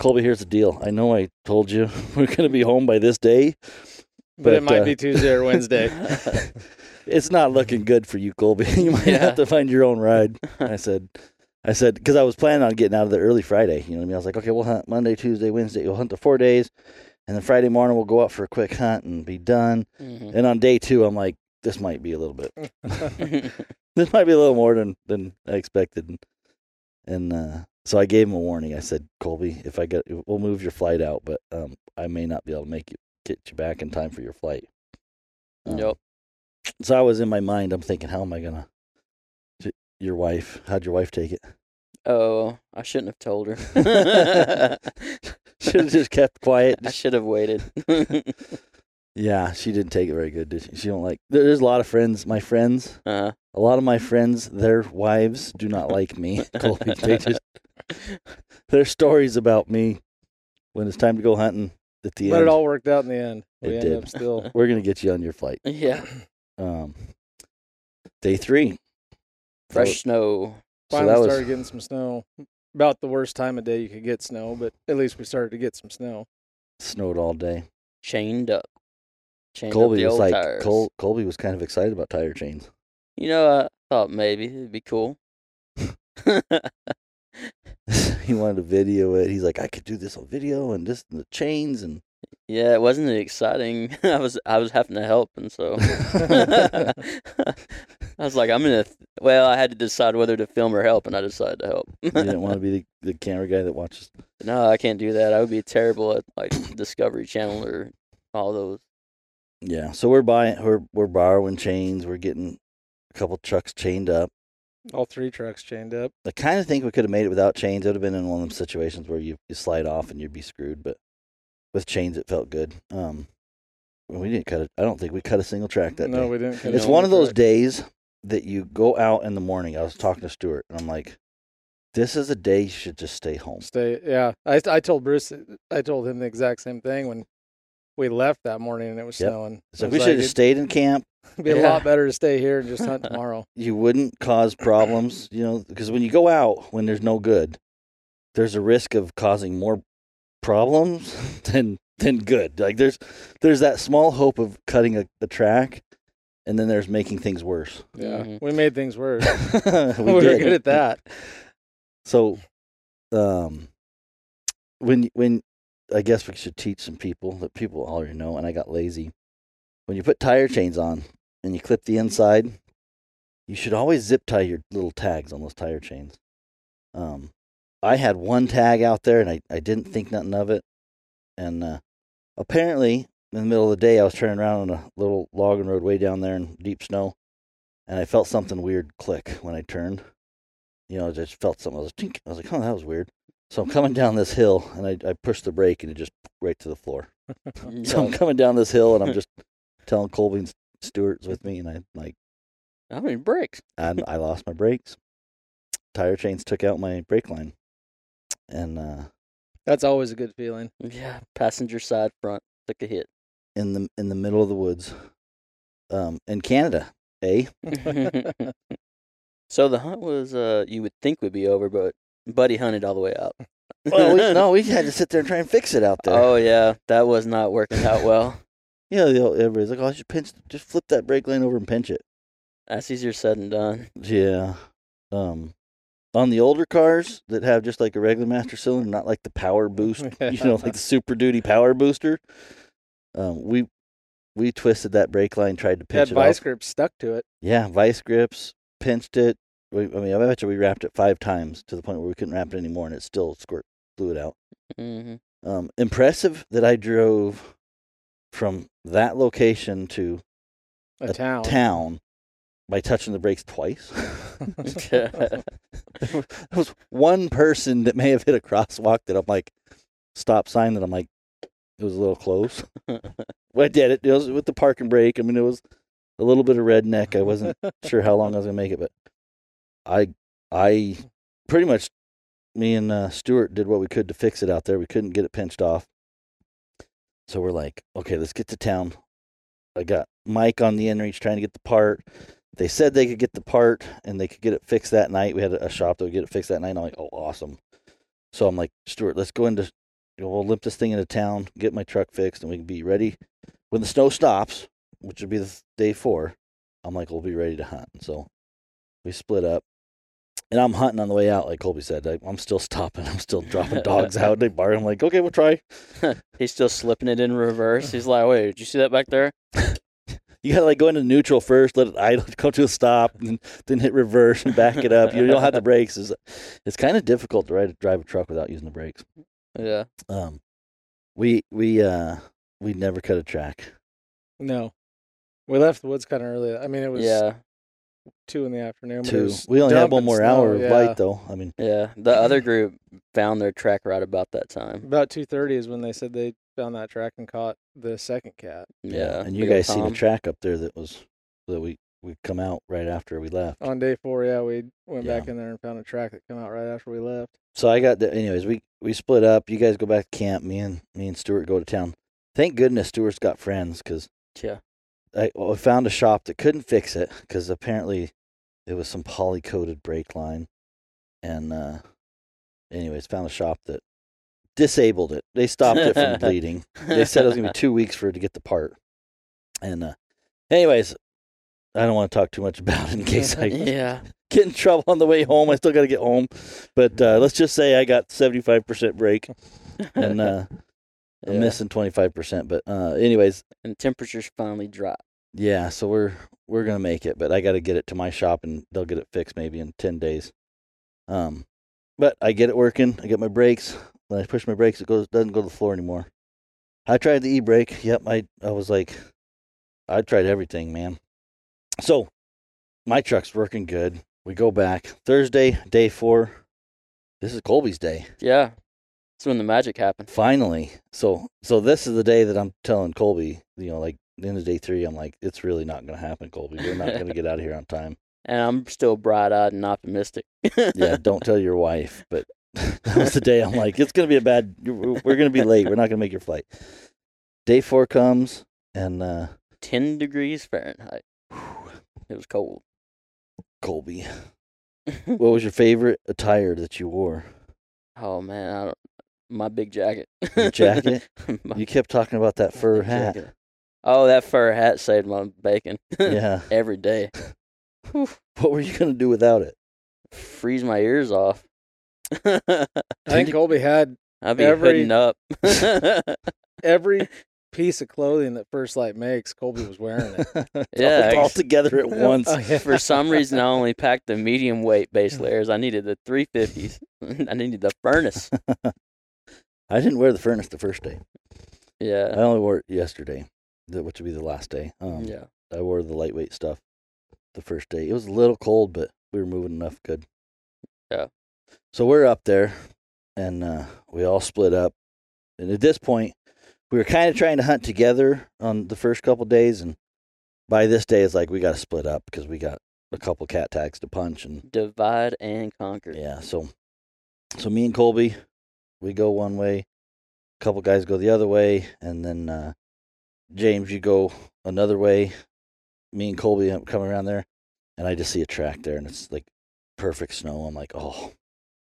[SPEAKER 1] Colby, here's the deal. I know I told you [LAUGHS] we're going to be home by this day.
[SPEAKER 3] But, it
[SPEAKER 1] but,
[SPEAKER 3] might
[SPEAKER 1] uh,
[SPEAKER 3] be Tuesday or
[SPEAKER 1] [LAUGHS]
[SPEAKER 3] Wednesday. [LAUGHS]
[SPEAKER 1] it's not looking good for you, Colby. [LAUGHS] you might
[SPEAKER 2] Yeah.
[SPEAKER 1] have to find your own ride. I said, I said, because I was planning on getting out of there early Friday. You know what I mean? I was like, okay, we'll hunt Monday, Tuesday, Wednesday. We'll hunt the four days, and then Friday morning we'll go out for a quick hunt and be done.
[SPEAKER 2] Mhm.
[SPEAKER 3] Mm-hmm.
[SPEAKER 1] And on day two, I'm like, this might be a little bit.
[SPEAKER 2] [LAUGHS]
[SPEAKER 1] [LAUGHS] This might be a little more than than I expected. And uh, so I gave him a warning. I said, Colby, if I get, we'll move your flight out, but um, I may not be able to make you get you back in time for your flight. Um,
[SPEAKER 2] Yep.
[SPEAKER 1] so I was in my mind, I'm thinking, how am I gonna? J- Your wife? How'd your wife take it? [LAUGHS]
[SPEAKER 2] Oh, I shouldn't have
[SPEAKER 1] [LAUGHS]
[SPEAKER 2] told her. [LAUGHS]
[SPEAKER 1] Should have just kept quiet.
[SPEAKER 2] I should have waited. [LAUGHS]
[SPEAKER 1] Yeah, she didn't take it very good, did she? She don't like. there- There's a lot of friends. My friends,
[SPEAKER 2] uh,
[SPEAKER 1] a lot of my friends, their wives do not like me. Colby, they just their stories about me when it's time to go hunting at the
[SPEAKER 3] but
[SPEAKER 1] end.
[SPEAKER 3] it all worked out in the end. We
[SPEAKER 1] It
[SPEAKER 3] ended
[SPEAKER 1] did.
[SPEAKER 3] up still.
[SPEAKER 1] we're gonna get you on your flight.
[SPEAKER 2] yeah,
[SPEAKER 1] Um, day three.
[SPEAKER 2] fresh snow.
[SPEAKER 1] So, so
[SPEAKER 3] Finally
[SPEAKER 1] that was
[SPEAKER 3] started getting some snow. About the worst time of day you could get snow, but at least we started to get some snow.
[SPEAKER 1] snowed all day.
[SPEAKER 2] chained up. Chained up
[SPEAKER 1] Colby
[SPEAKER 2] the
[SPEAKER 1] was
[SPEAKER 2] old
[SPEAKER 1] like,
[SPEAKER 2] tires.
[SPEAKER 1] Col- Colby was kind of excited about tire chains. [LAUGHS]
[SPEAKER 2] You know, I thought maybe it'd be cool. [LAUGHS]
[SPEAKER 1] he wanted to video it. He's like, I could do this on video and just the chains and [LAUGHS]
[SPEAKER 2] yeah, it wasn't exciting. [LAUGHS] I was I was having to help, and so [LAUGHS] I was like, I'm gonna. Th- well, I had to decide whether to film or help, and I decided to help. [LAUGHS]
[SPEAKER 1] you didn't want to be the, the camera guy that watches.
[SPEAKER 2] no, I can't do that. I would be terrible at like Discovery Channel or all those.
[SPEAKER 1] Yeah. So we're buying, we're we're borrowing chains. We're getting a couple trucks chained up.
[SPEAKER 3] All three trucks chained up.
[SPEAKER 1] I kind of think we could have made it without chains. It would have been in one of them situations where you, you slide off and you'd be screwed. But with chains, it felt good. Um, we didn't cut it. I don't think we cut a single track that
[SPEAKER 3] no,
[SPEAKER 1] day.
[SPEAKER 3] we didn't. cut
[SPEAKER 1] it's
[SPEAKER 3] down
[SPEAKER 1] one
[SPEAKER 3] the
[SPEAKER 1] of those
[SPEAKER 3] truck.
[SPEAKER 1] days that you go out in the morning. I was talking to Stuart, and I'm like, this is a day you should just stay home.
[SPEAKER 3] Stay. Yeah, I I told Bruce, I told him the exact same thing when we left that morning and it was
[SPEAKER 1] Yep.
[SPEAKER 3] snowing.
[SPEAKER 1] It's like,
[SPEAKER 3] It
[SPEAKER 1] we
[SPEAKER 3] was
[SPEAKER 1] should have
[SPEAKER 3] it'd
[SPEAKER 1] stayed in camp.
[SPEAKER 3] be a [LAUGHS]
[SPEAKER 2] yeah.
[SPEAKER 3] lot better to stay here and just [LAUGHS] hunt tomorrow.
[SPEAKER 1] You wouldn't cause
[SPEAKER 3] [CLEARS THROAT]
[SPEAKER 1] problems, you know, because when you go out when there's no good, there's a risk of causing more problems [LAUGHS] than than good. Like there's there's that small hope of cutting a, a track, and then there's making things worse. [LAUGHS]
[SPEAKER 3] Yeah,
[SPEAKER 2] Mhm.
[SPEAKER 3] we made things worse.
[SPEAKER 1] we
[SPEAKER 3] Mm-hmm. [LAUGHS] we were
[SPEAKER 1] did.
[SPEAKER 3] good [LAUGHS] at that.
[SPEAKER 1] So, um, when when I guess we should teach some people that people already know, and I got lazy. When you put tire chains on and you clip the inside, you should always zip tie your little tags on those tire chains. Um, I had one tag out there, and I I didn't think nothing of it, and uh, apparently in the middle of the day I was turning around on a little logging road way down there in deep snow, and I felt something weird click when I turned you know, I just felt something. I was tink. I was like, oh, that was weird. So I'm coming down this hill, and I, I pushed the brake, and it just right to the floor. So I'm coming down this hill, and I'm just telling Colby and Stewart's with me, and I like,
[SPEAKER 2] I mean bricks.
[SPEAKER 1] and I lost my brakes. Tire chains took out my brake line, and uh,
[SPEAKER 3] That's always a good [LAUGHS] feeling.
[SPEAKER 2] Yeah, passenger side front took a hit.
[SPEAKER 1] in the in the middle of the woods, um, in Canada, eh?
[SPEAKER 2] [LAUGHS] so the hunt was uh you would think would be over, but Buddy hunted all the way out.
[SPEAKER 1] Well,
[SPEAKER 2] [LAUGHS]
[SPEAKER 1] we, no, we had to sit there and try and fix it out there.
[SPEAKER 2] Oh yeah, that was not working out well.
[SPEAKER 1] Yeah, you know, everybody's like, oh, I should pinch, just flip that brake line over and pinch it.
[SPEAKER 2] That's easier said than done.
[SPEAKER 1] Yeah. Um on the older cars that have just like a regular master cylinder, not like the power
[SPEAKER 3] [LAUGHS]
[SPEAKER 1] boost, you know, like the super duty power booster. Um we we twisted that brake line, tried to
[SPEAKER 3] That
[SPEAKER 1] pinch it
[SPEAKER 3] vice
[SPEAKER 1] off.
[SPEAKER 3] grip stuck to it.
[SPEAKER 1] Yeah, vice grips, pinched it. We, I mean, I bet you we wrapped it five times to the point where we couldn't wrap it anymore and it still squirt fluid out.
[SPEAKER 2] hmm
[SPEAKER 1] Um impressive that I drove from that location to
[SPEAKER 3] A, town.
[SPEAKER 1] town by touching the brakes
[SPEAKER 3] [LAUGHS]
[SPEAKER 1] twice. [LAUGHS]
[SPEAKER 2] Mm-hmm.
[SPEAKER 1] there was one person that may have hit a crosswalk that I'm like stop sign that I'm like it was a little close. Well, I did it. It was with the park and brake. I mean, it was a little bit of redneck. I
[SPEAKER 3] [LAUGHS]
[SPEAKER 1] wasn't sure how long I was gonna make it, but I I pretty much me and uh, Stuart did what we could to fix it out there. We couldn't get it pinched off, so we're like, okay, let's get to town. I got Mike on the end reach trying to get the part. They said they could get the part and they could get it fixed that night. We had a a shop that would get it fixed that night. I'm like, oh, awesome. So I'm like, Stuart, let's go into, we'll limp this thing into town, get my truck fixed, and we can be ready when the snow stops, which would be the th- day four. I'm like, we'll be ready to hunt. So we split up. And I'm hunting on the way out, like Colby said. I, I'm still stopping. [LAUGHS] I'm still dropping dogs out. They bark. I'm like, okay, we'll try.
[SPEAKER 2] [LAUGHS] He's still slipping it in reverse. He's like, "Wait, did you see that back there?"
[SPEAKER 1] You gotta like go into neutral first, let it idle, [LAUGHS] come to a stop, and then, then hit reverse and back it up. You don't have the brakes. It's, it's kind of difficult to ride, drive a truck without using the brakes.
[SPEAKER 2] Yeah.
[SPEAKER 1] Um, we we uh we never cut a track.
[SPEAKER 3] No, we left the woods kind of early. I mean, it was
[SPEAKER 2] Yeah.
[SPEAKER 3] two in the afternoon. but it
[SPEAKER 1] Two.
[SPEAKER 3] was
[SPEAKER 1] We only had one
[SPEAKER 3] dumping
[SPEAKER 1] more
[SPEAKER 3] snow,
[SPEAKER 1] hour of
[SPEAKER 3] yeah.
[SPEAKER 1] light though. I mean,
[SPEAKER 2] Yeah. The other group found their track right about that time.
[SPEAKER 3] About two thirty is when they said they found that track and caught the second cat
[SPEAKER 2] Yeah.
[SPEAKER 1] And you
[SPEAKER 2] big old
[SPEAKER 1] guys seen a
[SPEAKER 2] Tom.
[SPEAKER 1] track up there that was that we we come out right after we left.
[SPEAKER 2] Oh.
[SPEAKER 3] on day four. Yeah, we went
[SPEAKER 1] Yeah.
[SPEAKER 3] back in there and found a track that came out right after we left.
[SPEAKER 1] so I got the anyways, we we split up. You guys go back to camp. Me and me and Stuart go to town. Thank goodness Stuart's got friends because
[SPEAKER 2] Yeah.
[SPEAKER 1] I well, I found a shop that couldn't fix it because apparently it was some poly coated brake line, and uh anyways, found a shop that disabled it. They stopped it from bleeding. They said it was
[SPEAKER 2] [LAUGHS]
[SPEAKER 1] gonna be two weeks for it to get the part, and uh anyways, I don't want to talk too much [LAUGHS] about it in case I
[SPEAKER 2] [LAUGHS] yeah.
[SPEAKER 1] get in trouble on the way home. I still got to get home, but uh, let's just say I got seventy five percent break and uh,
[SPEAKER 2] [LAUGHS] Yeah.
[SPEAKER 1] I'm missing twenty five percent. But uh, anyways,
[SPEAKER 2] and temperatures finally dropped.
[SPEAKER 1] yeah, so we're we're gonna make it, but I got to get it to my shop and they'll get it fixed maybe in ten days. Um, but I get it working. I get my brakes. When I push my brakes, it goes doesn't go to the floor anymore. I tried the e brake. Yep, I I was like, I tried everything, man. So my truck's working good. We go back Thursday, day four. This is Colby's day
[SPEAKER 2] Yeah. That's when the magic happened.
[SPEAKER 1] finally so so this is the day that i'm telling colby you know like the end of day three i'm like it's really not gonna happen colby we're not gonna get out of here on time
[SPEAKER 2] and I'm still bright eyed and optimistic.
[SPEAKER 1] yeah, don't tell your wife, but [LAUGHS] that was the day I'm like, it's gonna be a bad. We're we're gonna be late. We're not gonna make your flight. Day four comes, and uh,
[SPEAKER 2] [LAUGHS] Ten degrees Fahrenheit. It was cold. [LAUGHS]
[SPEAKER 1] Colby, what was your favorite attire that you wore?
[SPEAKER 2] oh man, I don't, my big jacket.
[SPEAKER 1] Your jacket?
[SPEAKER 2] [LAUGHS] My
[SPEAKER 1] You kept talking about that fur
[SPEAKER 2] big
[SPEAKER 1] hat.
[SPEAKER 2] [LAUGHS] jacket. Oh, that fur hat saved my bacon [LAUGHS]
[SPEAKER 1] Yeah.
[SPEAKER 2] every day.
[SPEAKER 1] What were you gonna do without it?
[SPEAKER 2] Freeze my ears off. [LAUGHS]
[SPEAKER 3] I think Colby had
[SPEAKER 2] I'd be
[SPEAKER 3] Every-
[SPEAKER 1] [LAUGHS]
[SPEAKER 2] hooding up. [LAUGHS] yeah,
[SPEAKER 3] every piece of clothing that First Light makes. Colby was wearing it.
[SPEAKER 1] [LAUGHS] all, all
[SPEAKER 2] ex-
[SPEAKER 1] together at once.
[SPEAKER 3] [LAUGHS] Oh, yeah.
[SPEAKER 2] for some reason I only packed the medium
[SPEAKER 1] [LAUGHS]
[SPEAKER 2] weight base layers. I needed the 350s. [LAUGHS] I needed the
[SPEAKER 1] [LAUGHS]
[SPEAKER 2] furnace.
[SPEAKER 1] I didn't wear the furnace the first day. I
[SPEAKER 2] Yeah.
[SPEAKER 1] only wore it yesterday, th- which would be the last day. Um,
[SPEAKER 2] Yeah.
[SPEAKER 1] I wore the lightweight stuff the first day. It was a little cold, but we were moving enough good.
[SPEAKER 2] Yeah.
[SPEAKER 1] So we're up there, and uh, we all split up. And at this point, we were kind of trying to hunt together on the first couple days, and by this day, it's like we got to split up because we got a couple cat tags to punch, and
[SPEAKER 2] Divide and conquer.
[SPEAKER 1] yeah, so so me and Colby, we go one way, a couple guys go the other way, and then uh James, you go another way. Me and Colby uh, come around there, and I just see a track there, and it's like perfect snow. I'm like, oh,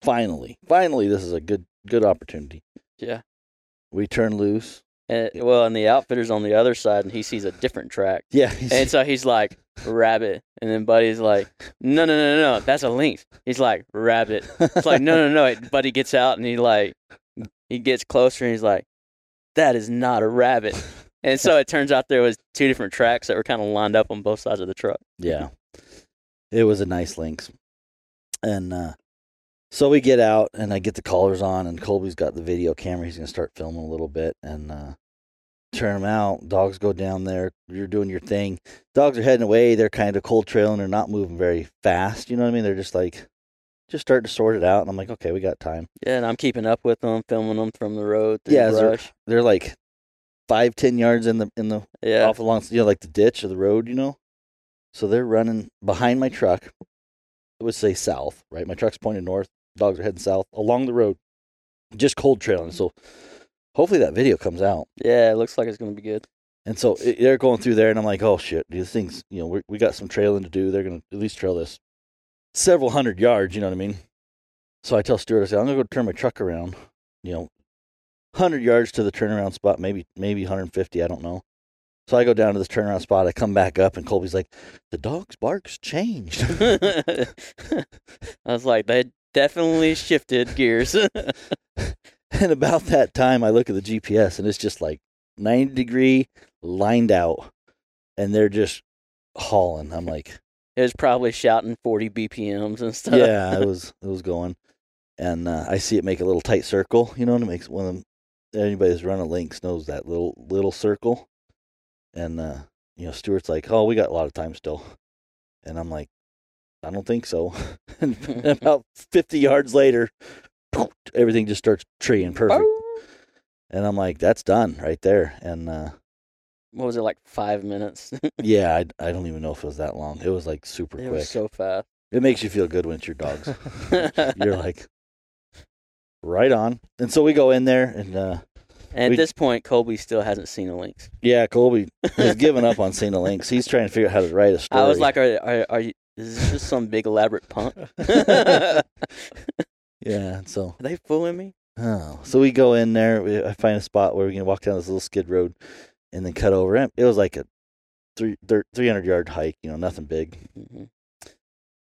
[SPEAKER 1] finally, finally, this is a good good opportunity.
[SPEAKER 2] Yeah.
[SPEAKER 1] We turn loose.
[SPEAKER 2] And, well, and the outfitter's on the other side, and he sees a different track.
[SPEAKER 1] Yeah.
[SPEAKER 2] And so he's like, rabbit. And then Buddy's like, no, no, no, no, no, that's a lynx. He's like, rabbit. It's like, no, no, no. It, Buddy gets out and he like, he gets closer and he's like, that is not a rabbit. And so it turns out there was two different tracks that were kind of lined up on both sides of the truck.
[SPEAKER 1] Yeah. It was a nice links. And uh so we get out and I get the collars on and Colby's got the video camera. He's gonna start filming a little bit and uh turn them out. Dogs go down there. You're doing your thing. Dogs are heading away. They're kind of cold trailing. They're not moving very fast. You know what I mean? They're just like just starting to sort it out. And I'm like, okay, we got time.
[SPEAKER 2] Yeah, and I'm keeping up with them, filming them from the road through
[SPEAKER 1] Yeah,
[SPEAKER 2] the
[SPEAKER 1] is there-
[SPEAKER 2] brush.
[SPEAKER 1] They're like five, ten yards in the in the
[SPEAKER 2] Yeah,
[SPEAKER 1] off along, you know, like the ditch or the road, you know. So they're running behind my truck. It would say south, right? My truck's pointed north. Dogs are heading south along the road, just cold trailing. So hopefully that video comes out.
[SPEAKER 2] yeah. It looks like it's gonna be good.
[SPEAKER 1] And so it, they're going through there, and I'm like, oh shit, these things, you know, we we got some trailing to do. They're gonna at least trail this several hundred yards. You know what I mean? So I tell Stuart, I say, I'm gonna go turn my truck around. You know, hundred yards to the turnaround spot, maybe maybe 150. I don't know. So I go down to this turnaround spot. I come back up, and Colby's like, the dog's bark's changed.
[SPEAKER 2] [LAUGHS]
[SPEAKER 1] [LAUGHS]
[SPEAKER 2] I was like, they definitely shifted gears.
[SPEAKER 1] [LAUGHS]
[SPEAKER 2] [LAUGHS]
[SPEAKER 1] and about that time, I look at the GPS, and it's just like 90 degree lined out, and they're just hauling. I'm like.
[SPEAKER 2] It was probably shouting 40 BPMs and stuff.
[SPEAKER 1] yeah, it was it was going, and uh, I see it make a little tight circle. You know, and it makes one of them. Anybody that's running links knows that little little circle, and uh, you know Stuart's like, "Oh, we got a lot of time still," and I'm like, "I don't think so." [LAUGHS] and about fifty yards later, everything just starts treeing perfect, and I'm like, "That's done right there." And
[SPEAKER 2] [LAUGHS]
[SPEAKER 1] uh,
[SPEAKER 2] What was it like? Five minutes. [LAUGHS] it
[SPEAKER 1] yeah, I, I don't even know if it was that long. It was like super quick.
[SPEAKER 2] was so
[SPEAKER 1] [LAUGHS]
[SPEAKER 2] fast.
[SPEAKER 1] It makes you feel good when it's your dogs.
[SPEAKER 3] [LAUGHS]
[SPEAKER 1] You're like, right on. And so we go in there, and uh,
[SPEAKER 2] and
[SPEAKER 1] we-
[SPEAKER 2] [LAUGHS] at this point, Colby still hasn't seen a lynx.
[SPEAKER 1] yeah, Colby
[SPEAKER 2] [LAUGHS]
[SPEAKER 1] has given up on seeing a lynx. He's trying to figure out how to write a story.
[SPEAKER 2] I was like, are, are, are you? Is this just some big elaborate [LAUGHS] punk? are
[SPEAKER 1] [LAUGHS] yeah. and So,
[SPEAKER 2] they fooling me?
[SPEAKER 1] oh, so we go in there. We, I find a spot where we can walk down this little skid road, and then cut over. It was like a three three hundred yard hike. You know, nothing big.
[SPEAKER 2] Mhm.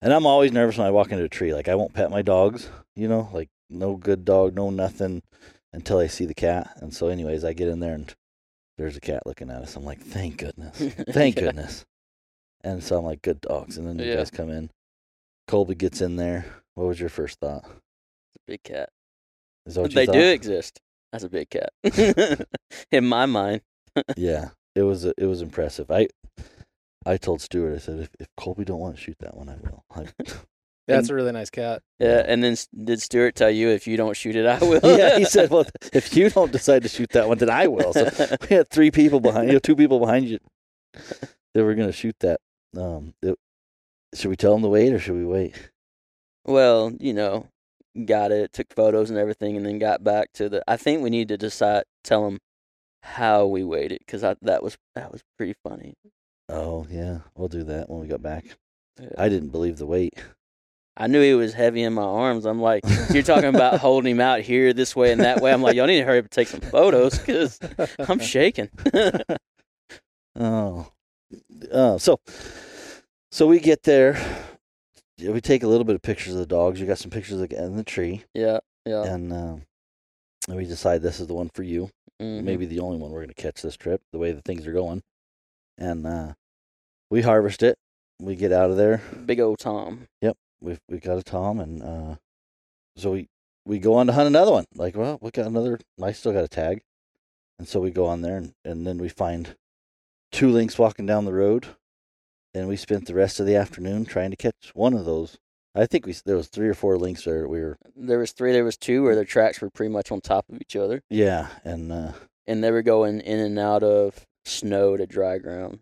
[SPEAKER 1] And I'm always nervous when I walk into a tree. Like I won't pet my dogs, you know, like no good dog, no nothing until I see the cat. And so anyways, I get in there and there's a cat looking at us. I'm like, thank goodness. Thank
[SPEAKER 2] [LAUGHS] Yeah.
[SPEAKER 1] goodness. And so I'm like, good dogs. And then you
[SPEAKER 2] Yeah.
[SPEAKER 1] guys come in. Colby gets in there. What was your first thought?
[SPEAKER 2] Big cat.
[SPEAKER 1] Is that what you
[SPEAKER 2] they
[SPEAKER 1] thought?
[SPEAKER 2] do exist. That's a big cat. [LAUGHS] In my mind. [LAUGHS]
[SPEAKER 1] yeah. It was it was impressive. I I told Stuart, I said, if, if Colby don't want to shoot that one, I will. I,
[SPEAKER 3] That's a really nice cat.
[SPEAKER 2] Yeah. And then s- did Stuart tell you if you don't
[SPEAKER 1] [LAUGHS]
[SPEAKER 2] shoot it, I will?
[SPEAKER 1] yeah, he said,
[SPEAKER 2] [LAUGHS]
[SPEAKER 1] "Well, if you don't decide to shoot that one, then I will." So we had [LAUGHS] three
[SPEAKER 2] [LAUGHS]
[SPEAKER 1] people behind you, two people behind you that were going to shoot that. Um, it, Should we tell them to wait or should we wait?
[SPEAKER 2] Well, you know, got it, took photos and everything, and then got back to the. I think we need to decide, tell them how we waited because that was that was pretty funny.
[SPEAKER 1] Oh yeah, we'll do that when we get back.
[SPEAKER 2] Yeah.
[SPEAKER 1] I didn't believe the wait.
[SPEAKER 2] I knew he was heavy in my arms. I'm like, you're talking
[SPEAKER 1] [LAUGHS]
[SPEAKER 2] about holding him out here this way and that way. I'm like, y'all need to hurry up and take some photos because I'm shaking.
[SPEAKER 1] [LAUGHS] Oh, uh, so so we get there. Yeah, we take a little bit of pictures of the dogs. We got some pictures of the- in the tree,
[SPEAKER 2] yeah, yeah.
[SPEAKER 1] and um, and we decide this is the one for you.
[SPEAKER 2] mhm.
[SPEAKER 1] Maybe the only one we're going to catch this trip. The way the things are going, and uh, we harvest it. We get out of there.
[SPEAKER 2] big old Tom.
[SPEAKER 1] we we got a tom and uh so we we go on to hunt another one like well we got another i still got a tag and so we go on there and, and then we find two lynx walking down the road and we spent the rest of the afternoon trying to catch one of those i think we s- there was three or four lynx there we were
[SPEAKER 2] There was three. There was two where their tracks were pretty much on top of each other,
[SPEAKER 1] yeah and uh
[SPEAKER 2] and they were going in and out of snow to dry ground.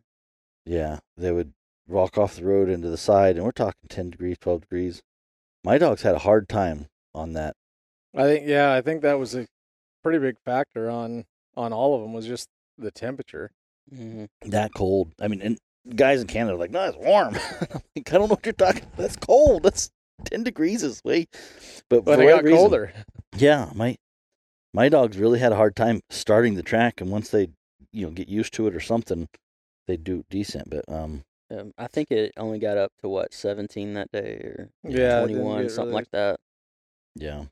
[SPEAKER 1] yeah they would walk off the road into the side and we're talking 10 degrees 12 degrees my dog's had a hard time on that
[SPEAKER 3] I think yeah, I think that was a pretty big factor on on all of them was just the temperature.
[SPEAKER 2] hmm
[SPEAKER 1] that cold. I mean, and guys in Canada are like, no, it's warm. [LAUGHS] I'm like, I don't know what you're talking. About. That's cold. That's ten degrees is way. But
[SPEAKER 3] But
[SPEAKER 1] for
[SPEAKER 3] it
[SPEAKER 1] what
[SPEAKER 3] got
[SPEAKER 1] reason-
[SPEAKER 3] colder. [LAUGHS]
[SPEAKER 1] Yeah, my my dogs really had a hard time starting the track, and once they you know get used to it or something, they do decent. But um,
[SPEAKER 2] Um, I think it only got up to what seventeen that day or
[SPEAKER 1] Yeah,
[SPEAKER 3] Yeah, it didn't
[SPEAKER 2] twenty-one,
[SPEAKER 3] get
[SPEAKER 2] something
[SPEAKER 3] really-
[SPEAKER 2] like that.
[SPEAKER 1] yeah,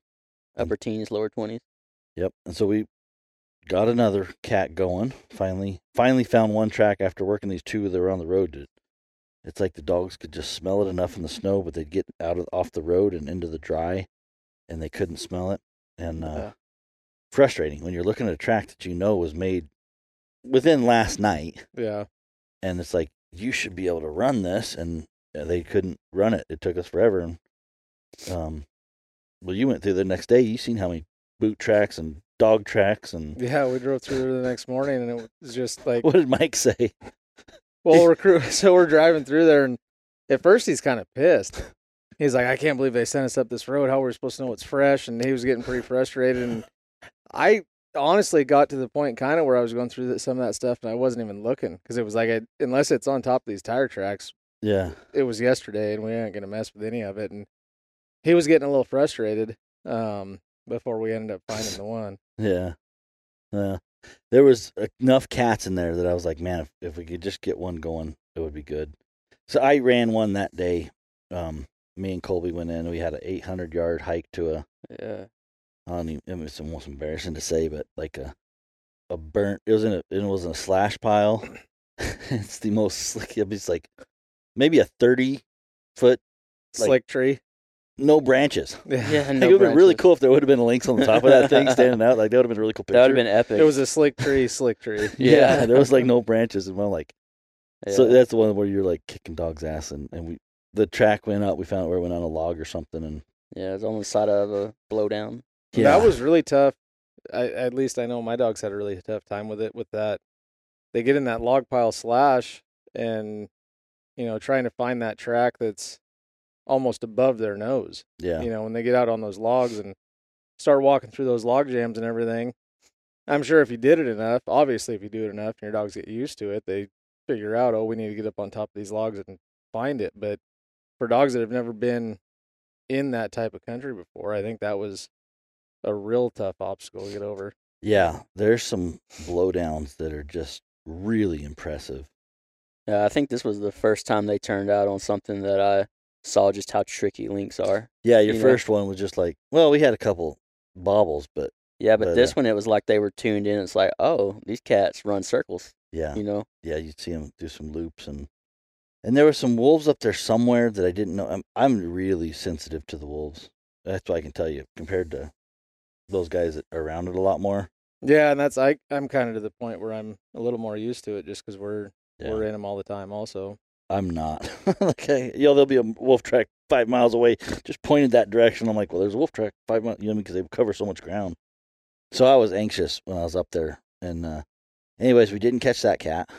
[SPEAKER 2] Upper teens, lower twenties.
[SPEAKER 1] yep. And so we got another cat going. Finally, finally found one track after working these two that were on the road. To, it's like the dogs could just smell it enough in the snow, but they'd get out of off the road and into the dry, and they couldn't smell it. And uh,
[SPEAKER 3] Yeah.
[SPEAKER 1] frustrating when you're looking at a track that you know was made within last night
[SPEAKER 3] yeah.
[SPEAKER 1] and it's like you should be able to run this and uh, they couldn't run it it took us forever and um well you went through the next day you seen how many boot tracks and dog tracks and
[SPEAKER 3] Yeah, we drove through the next morning and it was just
[SPEAKER 1] [LAUGHS]
[SPEAKER 3] like
[SPEAKER 1] what did mike say
[SPEAKER 3] well we're crew [LAUGHS] so we're driving through there and at first he's kind of pissed. He's like, I can't believe they sent us up this road. How were we supposed to know it's fresh? And he was getting pretty frustrated. And I honestly got to the point kind of where I was going through that- some of that stuff and I wasn't even looking because it was like, I, unless it's on top of these tire tracks,
[SPEAKER 1] yeah
[SPEAKER 3] it was yesterday and we aren't going to mess with any of it and he was getting a little frustrated um before we ended up finding the one
[SPEAKER 1] yeah yeah there was enough cats in there that i was like man if, if we could just get one going it would be good so i ran one that day um me and colby went in we had an 800 yard hike to a
[SPEAKER 2] Yeah.
[SPEAKER 1] I don't even. I mean, it's almost embarrassing to say, but like a a burnt. It was in a. It was in a slash pile. [LAUGHS] it's the most slick. It's like maybe a thirty foot, Like-
[SPEAKER 3] slick tree [LAUGHS]
[SPEAKER 1] no branches.
[SPEAKER 2] Yeah.
[SPEAKER 1] Like, it would have been really cool if there would have been links on the top of that thing standing out. Like that would have been a really cool picture.
[SPEAKER 2] That would have been epic.
[SPEAKER 3] it was a slick tree slick tree
[SPEAKER 1] [LAUGHS] yeah,
[SPEAKER 2] yeah.
[SPEAKER 1] there was like no branches, and I'm like, so
[SPEAKER 2] Yeah.
[SPEAKER 1] that's the one where you're like kicking dog's ass, and and we the track went up. We found out where it went on a log or something, and
[SPEAKER 2] Yeah, it's on the side of a blowdown.
[SPEAKER 1] Yeah.
[SPEAKER 3] [LAUGHS] that was really tough I, at least i know my dogs had a really tough time with it with that they get in that log pile slash and you know trying to find that track that's almost above their nose
[SPEAKER 1] yeah,
[SPEAKER 3] you know, when they get out on those logs and start walking through those log jams and everything. I'm sure if you did it enough, obviously if you do it enough and your dogs get used to it, they figure out, oh, we need to get up on top of these logs and find it. But for dogs that have never been in that type of country before, I think that was a real tough obstacle to get over.
[SPEAKER 1] yeah. There's some blowdowns that are just really impressive.
[SPEAKER 2] Yeah, I think this was the first time they turned out on something that I saw just how tricky links are.
[SPEAKER 1] Yeah, your
[SPEAKER 2] you know?
[SPEAKER 1] first one was just like, well, we had a couple bobbles, but
[SPEAKER 2] Yeah, but
[SPEAKER 1] But,
[SPEAKER 2] this
[SPEAKER 1] uh,
[SPEAKER 2] one it was like they were tuned in. It's like, oh, these cats run circles.
[SPEAKER 1] yeah,
[SPEAKER 2] You know,
[SPEAKER 1] yeah, you'd see them do some loops and and there were some wolves up there somewhere that I didn't know. I'm I'm really sensitive to the wolves. That's what I can tell you compared to those guys that are around it a lot more.
[SPEAKER 3] Yeah, and that's I I'm kind of to the point where I'm a little more used to it just because we're
[SPEAKER 1] Yeah.
[SPEAKER 3] we're in them all the time. [LAUGHS] Also,
[SPEAKER 1] I'm not. [LAUGHS] okay, you know, there'll be a wolf track five miles away, just pointed that direction. I'm like, well, there's a wolf track five miles, you know, because they cover so much ground. So I was anxious when I was up there. And, uh, anyways, we didn't catch that cat.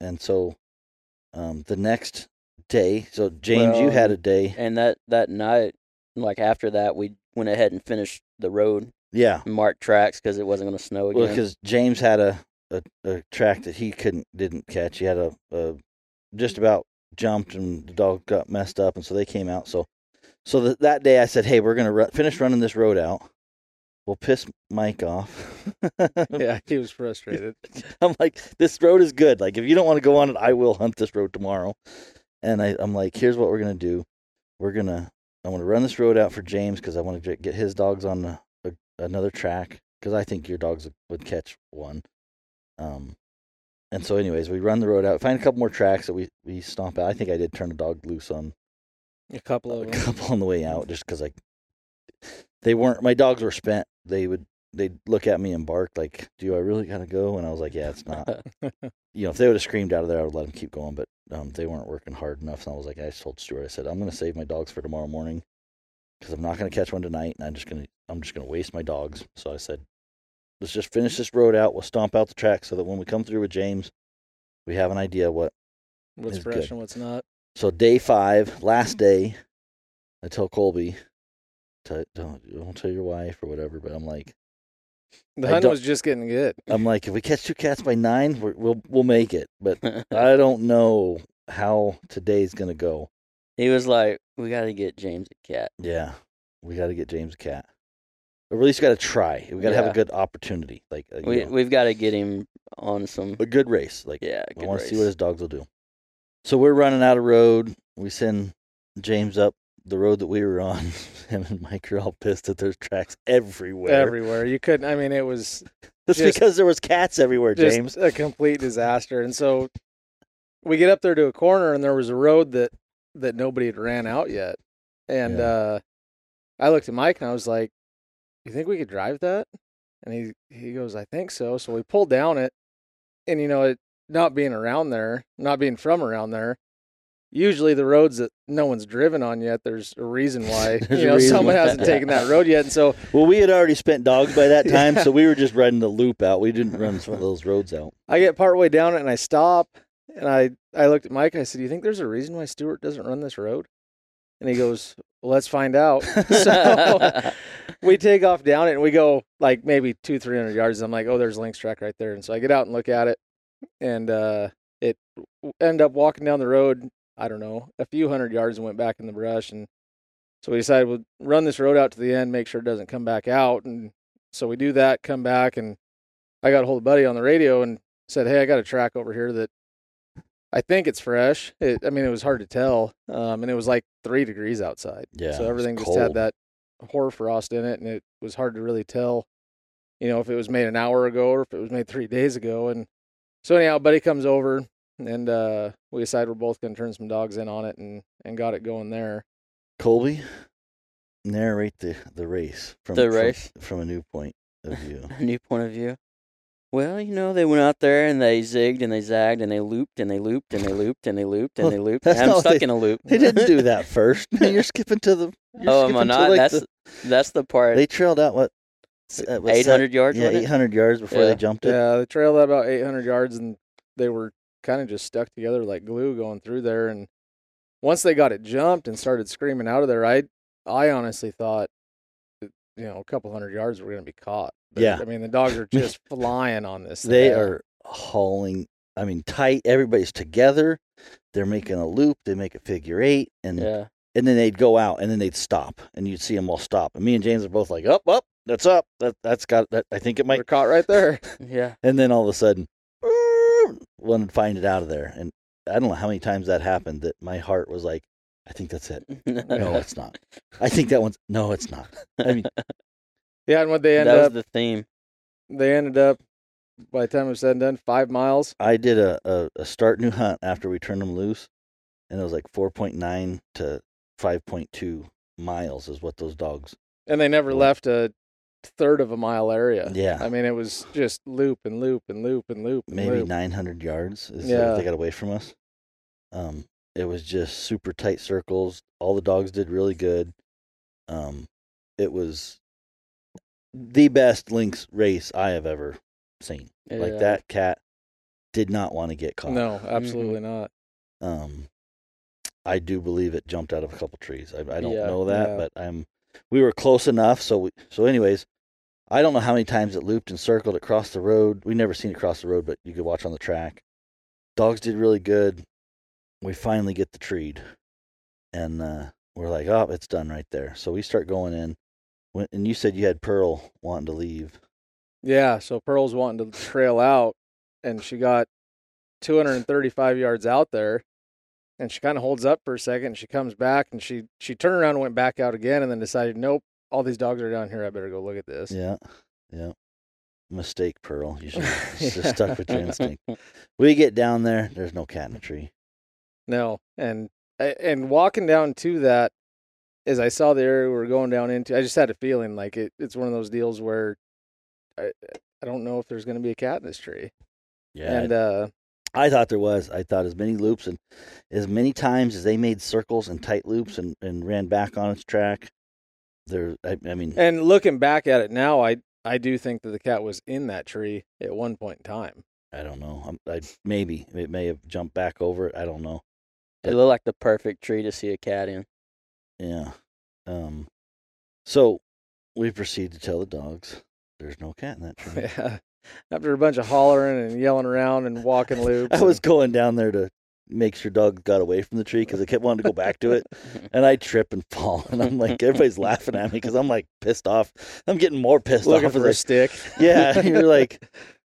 [SPEAKER 1] And so, um, the next day. So James, you
[SPEAKER 3] Well,
[SPEAKER 1] had a day.
[SPEAKER 2] And that that night, like after that, we went ahead and finished the road,
[SPEAKER 1] Yeah.
[SPEAKER 2] marked tracks because it wasn't going to snow
[SPEAKER 1] Well,
[SPEAKER 2] again.
[SPEAKER 1] because James had a, a a track that he couldn't didn't catch. He had a, a just about jumped and the dog got messed up, and so they came out. So so th- that day I said, hey, we're gonna ru- finish running this road out. We'll piss Mike off. [LAUGHS]
[SPEAKER 3] yeah, he was frustrated.
[SPEAKER 1] I'm like, this road is good. Like, if you don't want to go on it, I will hunt this road tomorrow. And I, I'm like, here's what we're gonna do. We're gonna, I want to run this road out for James because I want to get his dogs on a, a, another track because I think your dogs would- would catch one. Um, and so, anyways, we run the road out, find a couple more tracks that we we stomp out. I think I did turn a dog loose on
[SPEAKER 3] [LAUGHS] A couple
[SPEAKER 1] a [LAUGHS]
[SPEAKER 3] of them.
[SPEAKER 1] couple on the way out just because like they weren't my dogs were spent they would they'd look at me and bark like do i really gotta go and i was like yeah it's not
[SPEAKER 3] [LAUGHS]
[SPEAKER 1] you know if they would have screamed out of there i would let them keep going but um, they weren't working hard enough and i was like i told stuart i said i'm gonna save my dogs for tomorrow morning because i'm not gonna catch one tonight and i'm just gonna i'm just gonna waste my dogs so i said let's just finish this road out we'll stomp out the track so that when we come through with james we have an idea what
[SPEAKER 3] What's
[SPEAKER 1] is
[SPEAKER 3] fresh
[SPEAKER 1] good.
[SPEAKER 3] and what's not?
[SPEAKER 1] so day five, last day, I tell Colby, "T- don't don't tell your wife or whatever. But I'm like,
[SPEAKER 3] The
[SPEAKER 1] I
[SPEAKER 3] hunt
[SPEAKER 1] don't-
[SPEAKER 3] was just getting good.
[SPEAKER 2] [LAUGHS]
[SPEAKER 1] I'm like, if we catch two cats by nine, we're, we'll we'll make it. But
[SPEAKER 2] [LAUGHS]
[SPEAKER 1] I don't know how today's gonna go.
[SPEAKER 2] he was like, "We got to get James a cat."
[SPEAKER 1] Yeah, we got to get James a cat. Or at least got to try. We got to have
[SPEAKER 2] Yeah.
[SPEAKER 1] a good opportunity, like a, you
[SPEAKER 2] We
[SPEAKER 1] know,
[SPEAKER 2] we've got to get him on some.
[SPEAKER 1] a good race. Like
[SPEAKER 2] Yeah,
[SPEAKER 1] I
[SPEAKER 2] good
[SPEAKER 1] want to
[SPEAKER 2] race.
[SPEAKER 1] see what his dogs will do. So we're running out of road. We send James up the road that we were on. [LAUGHS] Him and Mike are all pissed that there's tracks everywhere.
[SPEAKER 3] Everywhere you couldn't. I mean, it
[SPEAKER 1] [LAUGHS]
[SPEAKER 3] was
[SPEAKER 1] That's
[SPEAKER 3] Just-
[SPEAKER 1] because there was cats everywhere,
[SPEAKER 3] just
[SPEAKER 1] James.
[SPEAKER 3] a complete disaster. And so we get up there to a corner, and there was a road that that nobody had ran out yet. And
[SPEAKER 1] Yeah.
[SPEAKER 3] uh, I looked at Mike and I was like, "You think we could drive that?" And he he goes, "I think so." So we pulled down it, and you know, it not being around there, not being from around there. Usually, the roads that no one's driven on yet, there's a reason
[SPEAKER 1] [LAUGHS]
[SPEAKER 3] why
[SPEAKER 1] There's a
[SPEAKER 3] you know [LAUGHS]
[SPEAKER 1] reason
[SPEAKER 3] someone
[SPEAKER 1] why.
[SPEAKER 3] hasn't taken that road yet. And so
[SPEAKER 1] Well, we had already spent dogs by
[SPEAKER 2] [LAUGHS]
[SPEAKER 1] that time,
[SPEAKER 3] Yeah.
[SPEAKER 1] so we were just running the loop out. We didn't run some of those roads out.
[SPEAKER 3] I get partway down it and I stop and I, I looked at Mike. I said, Do you think there's a reason why Stewart doesn't run this road? And he goes, well, Let's find out.
[SPEAKER 2] [LAUGHS]
[SPEAKER 1] [LAUGHS]
[SPEAKER 3] so we take off down it and we go like maybe two, 300 yards. I'm like, Oh, there's Link's track right there. And so I get out and look at it and uh, it end up walking down the road, I don't know, a few hundred yards and went back in the brush. And so we decided we'll run this road out to the end, make sure it doesn't come back out. And so we do that, come back, and I got a hold of Buddy on the radio and said, "Hey, I got a track over here that I think it's fresh. It, I mean, it was hard to tell, um, and it was like three degrees outside,
[SPEAKER 1] Yeah, it was
[SPEAKER 3] so everything just had
[SPEAKER 1] cold.
[SPEAKER 3] that hoar frost in it, and it was hard to really tell, you know, if it was made an hour ago or if it was made three days ago. And so anyhow, Buddy comes over, and uh, we decide we're both going to turn some dogs in on it, and and got it going there.
[SPEAKER 1] Colby, narrate the, the race from
[SPEAKER 2] The
[SPEAKER 1] from-
[SPEAKER 2] race?
[SPEAKER 1] from, a new point of
[SPEAKER 2] [LAUGHS]
[SPEAKER 1] view.
[SPEAKER 2] a new point of view. Well, you know, they went out there and they zigged and they zagged and they looped and they looped and they looped and they looped and
[SPEAKER 1] Well,
[SPEAKER 2] they
[SPEAKER 1] [LAUGHS]
[SPEAKER 2] looped.
[SPEAKER 1] that's
[SPEAKER 2] And
[SPEAKER 1] not
[SPEAKER 2] I'm
[SPEAKER 1] what
[SPEAKER 2] stuck
[SPEAKER 1] they-
[SPEAKER 2] in a loop.
[SPEAKER 1] they didn't do that first. [LAUGHS] You're skipping to the. You're
[SPEAKER 2] [LAUGHS] Oh, am
[SPEAKER 1] skipping
[SPEAKER 2] I
[SPEAKER 1] to,
[SPEAKER 2] not?
[SPEAKER 1] like,
[SPEAKER 2] That's
[SPEAKER 1] the-
[SPEAKER 2] that's the part.
[SPEAKER 1] they trailed out what? uh, what's
[SPEAKER 2] Eight
[SPEAKER 1] that?
[SPEAKER 2] hundred yards.
[SPEAKER 1] Yeah,
[SPEAKER 2] wasn't it?
[SPEAKER 1] eight hundred yards before
[SPEAKER 2] Yeah.
[SPEAKER 1] they jumped it.
[SPEAKER 3] Yeah, they trailed at about 800 yards, and they were kind of just stuck together like glue going through there. And once they got it jumped and started screaming out of there, I I honestly thought, that, you know, a couple hundred yards were going to be caught. But,
[SPEAKER 1] Yeah.
[SPEAKER 3] I mean, the
[SPEAKER 1] [LAUGHS]
[SPEAKER 3] dogs are just flying on this.
[SPEAKER 1] They
[SPEAKER 3] thing.
[SPEAKER 1] are hauling. I mean, tight. Everybody's together. They're making a loop. They make a figure eight, and
[SPEAKER 2] Yeah.
[SPEAKER 1] and then they'd go out and then they'd stop and you'd see them all stop and me and james are both like up up that's up that, that's got that i think it might
[SPEAKER 3] They're caught right there. [LAUGHS]
[SPEAKER 2] Yeah. [LAUGHS]
[SPEAKER 1] and then all of a sudden "Err," one would find it out of there and i don't know how many times that happened that my heart was like i think that's it
[SPEAKER 2] [LAUGHS]
[SPEAKER 1] no it's not i think that one's no it's not i mean
[SPEAKER 3] Yeah, and what they
[SPEAKER 2] that
[SPEAKER 3] ended
[SPEAKER 2] was
[SPEAKER 3] up,
[SPEAKER 2] the theme.
[SPEAKER 3] they ended up by the time it was said and done, five miles.
[SPEAKER 1] i did a, a, a start new hunt after we turned them loose and it was like 4.9 to 5.2 miles is what those dogs
[SPEAKER 3] and they never
[SPEAKER 1] Wow.
[SPEAKER 3] left a third of a mile area.
[SPEAKER 1] Yeah.
[SPEAKER 3] I mean, it was just loop and loop and loop and loop. And
[SPEAKER 1] maybe
[SPEAKER 3] loop.
[SPEAKER 1] 900 yards is
[SPEAKER 3] Yeah.
[SPEAKER 1] what they got away from us. Um, it was just super tight circles. All the dogs did really good. Um, it was the best lynx race I have ever seen.
[SPEAKER 2] Yeah.
[SPEAKER 1] Like that cat did not want to get caught. Mm-hmm.
[SPEAKER 3] No, absolutely not.
[SPEAKER 1] Um, I do believe it jumped out of a couple trees. I, I don't
[SPEAKER 3] Yeah,
[SPEAKER 1] know that,
[SPEAKER 3] yeah.
[SPEAKER 1] but I'm we were close enough. So we, so anyways, I don't know how many times it looped and circled. It crossed the road. We never seen it cross the road, but you could watch on the track. Dogs did really good. We finally get the treed, and uh, we're like, oh, it's done right there. So we start going in. When, and you said you had Pearl wanting to leave.
[SPEAKER 3] Yeah, so Pearl's wanting to trail out, and she got 235 yards out there, and she kind of holds up for a second. And she comes back, and she she turned around, and went back out again, and then decided, nope, all these dogs are down here. I better go look at this.
[SPEAKER 1] Yeah, yeah. Mistake, Pearl. You should have just stuck with your instinct. We get down there. There's no cat in the tree.
[SPEAKER 3] No, and and walking down to that, as I saw the area we were going down into, I just had a feeling like it. It's one of those deals where I I don't know if there's going to be a cat in this tree,
[SPEAKER 1] Yeah,
[SPEAKER 3] and uh,
[SPEAKER 1] I thought there was. I thought as many loops and as many times as they made circles and tight loops and, and ran back on its track. There, I, I
[SPEAKER 3] [LAUGHS]
[SPEAKER 1] mean,
[SPEAKER 3] and looking back at it now, I I do think that the cat was in that tree at one point in time. [LAUGHS]
[SPEAKER 1] I don't know. i I maybe it may have jumped back over it. I don't know.
[SPEAKER 2] It looked like the perfect tree to see a cat in.
[SPEAKER 1] Yeah. Um. So we proceed to tell the dogs there's no cat in that tree.
[SPEAKER 3] Yeah. After a bunch of hollering and yelling around
[SPEAKER 1] [LAUGHS]
[SPEAKER 3] and walking loops.
[SPEAKER 1] I
[SPEAKER 2] [LAUGHS]
[SPEAKER 3] and-
[SPEAKER 1] was going down there to make sure Doug got away from the tree because I kept wanting to go back
[SPEAKER 2] [LAUGHS]
[SPEAKER 1] to it, and I trip and fall, [LAUGHS] and I'm like, everybody's laughing at me because I'm like pissed off. I'm getting more pissed
[SPEAKER 3] looking
[SPEAKER 1] off
[SPEAKER 3] for
[SPEAKER 1] as I
[SPEAKER 3] a stick.
[SPEAKER 1] [LAUGHS]
[SPEAKER 2] [LAUGHS]
[SPEAKER 1] yeah, and you're like,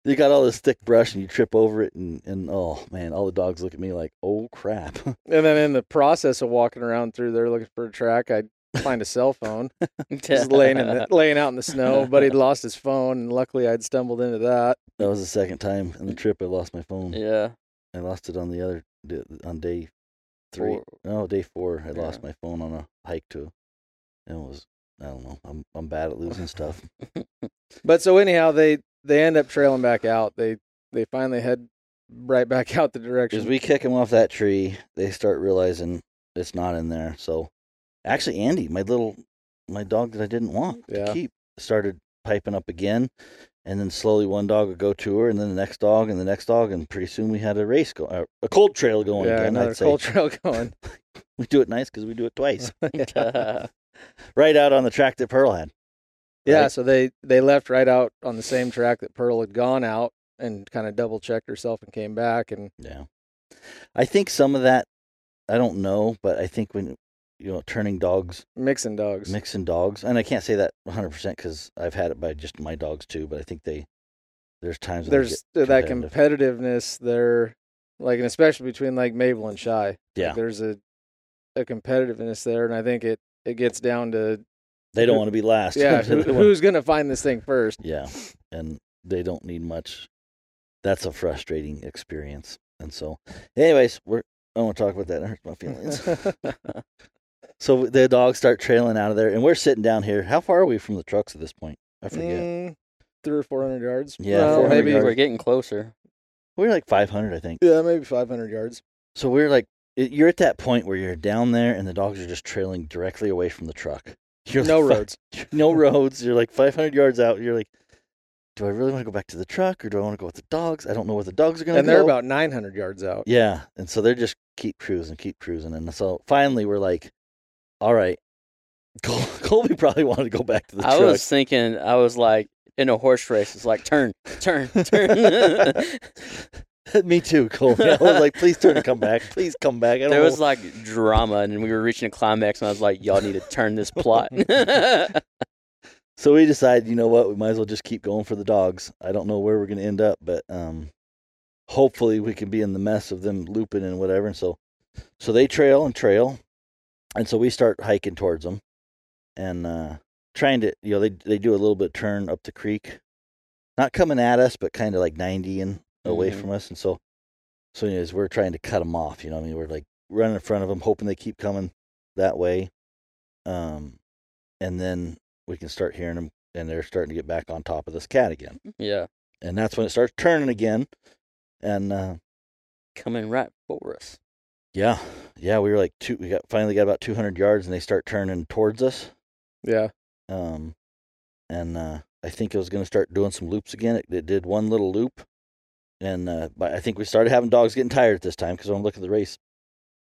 [SPEAKER 1] you got all this thick brush and you trip over it, and, and oh man, all the dogs look at me like, oh crap.
[SPEAKER 3] [LAUGHS]
[SPEAKER 1] [LAUGHS]
[SPEAKER 3] And then in the process of walking around through there looking for a track, I find a
[SPEAKER 1] [LAUGHS]
[SPEAKER 3] cell phone. Just laying in the, laying out in the snow, but he'd lost his phone and luckily I'd stumbled into that.
[SPEAKER 1] that was the second time on the trip I lost my phone.
[SPEAKER 2] [LAUGHS] yeah.
[SPEAKER 1] I lost it on the other d- on day three.
[SPEAKER 2] Four.
[SPEAKER 1] No, day four. I lost
[SPEAKER 2] Yeah.
[SPEAKER 1] my phone on a hike too, and it was I don't know. I'm I'm bad at losing stuff.
[SPEAKER 3] But so anyhow, they they end up trailing back out. They they finally head right back out the
[SPEAKER 1] As
[SPEAKER 3] direction.
[SPEAKER 1] we kick them off that tree, they start realizing it's not in there. So, actually, Andy, my little my dog that I didn't want to
[SPEAKER 3] Yeah.
[SPEAKER 1] keep, started piping up again, and then slowly one dog would go to her, and then the next dog, and the next dog, and pretty soon we had a race go, uh, a cold trail going
[SPEAKER 3] yeah,
[SPEAKER 1] again.
[SPEAKER 3] another
[SPEAKER 1] I'd say
[SPEAKER 3] cold trail [LAUGHS] going.
[SPEAKER 1] we do it nice because we do it twice,
[SPEAKER 2] [LAUGHS]
[SPEAKER 3] [LAUGHS]
[SPEAKER 2] Yeah.
[SPEAKER 1] right out on the track that Pearl had.
[SPEAKER 3] Yeah,
[SPEAKER 1] Right?
[SPEAKER 3] so they they left right out on the same track that Pearl had gone out and kind of double checked herself and came back and
[SPEAKER 1] Yeah. I think some of that, I don't know, but I think when you know turning dogs
[SPEAKER 3] mixing dogs.
[SPEAKER 1] mixing dogs and i can't say that 100% because i've had it by just my dogs too but i think they there's times when they
[SPEAKER 3] there's uh,
[SPEAKER 1] get
[SPEAKER 3] that competitiveness there, like and especially between like Mabel and Shy. Like,
[SPEAKER 1] Yeah.
[SPEAKER 3] there's a a competitiveness there, and I think it it gets down
[SPEAKER 1] [LAUGHS]
[SPEAKER 3] to
[SPEAKER 1] they don't
[SPEAKER 3] who-
[SPEAKER 1] want to be last [LAUGHS]
[SPEAKER 3] yeah,
[SPEAKER 1] They
[SPEAKER 3] who,
[SPEAKER 1] don't wanna-
[SPEAKER 3] who's gonna find this thing first?
[SPEAKER 1] yeah and they don't need much that's a frustrating experience and so anyways we're i don't want to talk about that it hurts my [LAUGHS] feelings
[SPEAKER 3] [LAUGHS]
[SPEAKER 1] so the dogs start trailing out of there and we're sitting down here how far are we from the trucks at this point i forget
[SPEAKER 3] Mm, three or four hundred yards.
[SPEAKER 1] Yeah,
[SPEAKER 3] Well,
[SPEAKER 1] 400
[SPEAKER 3] maybe
[SPEAKER 1] yards.
[SPEAKER 2] we're getting closer.
[SPEAKER 1] we're like 500 i think
[SPEAKER 3] yeah, maybe five hundred yards.
[SPEAKER 1] So we're like, it- you're at that point where you're down there and the dogs are just trailing directly away from the truck. [LAUGHS] You're
[SPEAKER 3] No
[SPEAKER 1] like, "Fuck,
[SPEAKER 3] roads.
[SPEAKER 1] [LAUGHS] no roads. You're like 500 yards out. You're like, do I really want to go back to the truck or do I want to go with the dogs? I don't know where the dogs are going to
[SPEAKER 3] And
[SPEAKER 1] go.
[SPEAKER 3] they're about nine hundred yards out.
[SPEAKER 1] Yeah. And so they're just keep cruising, keep cruising. And so finally we're like, all right, [LAUGHS] Col- Colby probably wanted to go back to the
[SPEAKER 2] I
[SPEAKER 1] truck.
[SPEAKER 2] was thinking, I was like, in a horse race, it's like turn, turn, [LAUGHS] turn.
[SPEAKER 1] [LAUGHS] Me too, Colby. I was like, please turn and come
[SPEAKER 2] [LAUGHS]
[SPEAKER 1] back. Please come back. I don't
[SPEAKER 2] there
[SPEAKER 1] know.
[SPEAKER 2] was like drama, and we were reaching a climax, and I was like, y'all need to turn this plot. [LAUGHS]
[SPEAKER 1] So we decided, you know what, we might as well just keep going for the dogs. I don't know where we're going to end up, but um, hopefully we can be in the mess of them looping and whatever. And so, so they trail and trail, and so we start hiking towards them, and uh, trying to, you know, they they do a little bit turn up the creek, not coming at us, but kind of like ninety and away
[SPEAKER 2] Mhm.
[SPEAKER 1] from us. And so, so anyways, we're trying to cut them off. You know, what I mean, we're like running in front of them, hoping they keep coming that way, um, and then we can start hearing them, and they're starting to get back on top of this cat again,
[SPEAKER 2] yeah,
[SPEAKER 1] and that's when it starts turning again, and. Uh,
[SPEAKER 2] coming right for us.
[SPEAKER 1] Yeah, yeah, we were like two. We got finally got about two hundred yards, and they start turning towards us.
[SPEAKER 3] Yeah.
[SPEAKER 1] Um, and uh, I think it was going to start doing some loops again. It, it did one little loop, and uh, but I think we started having dogs getting tired at this time because I'm looking at the race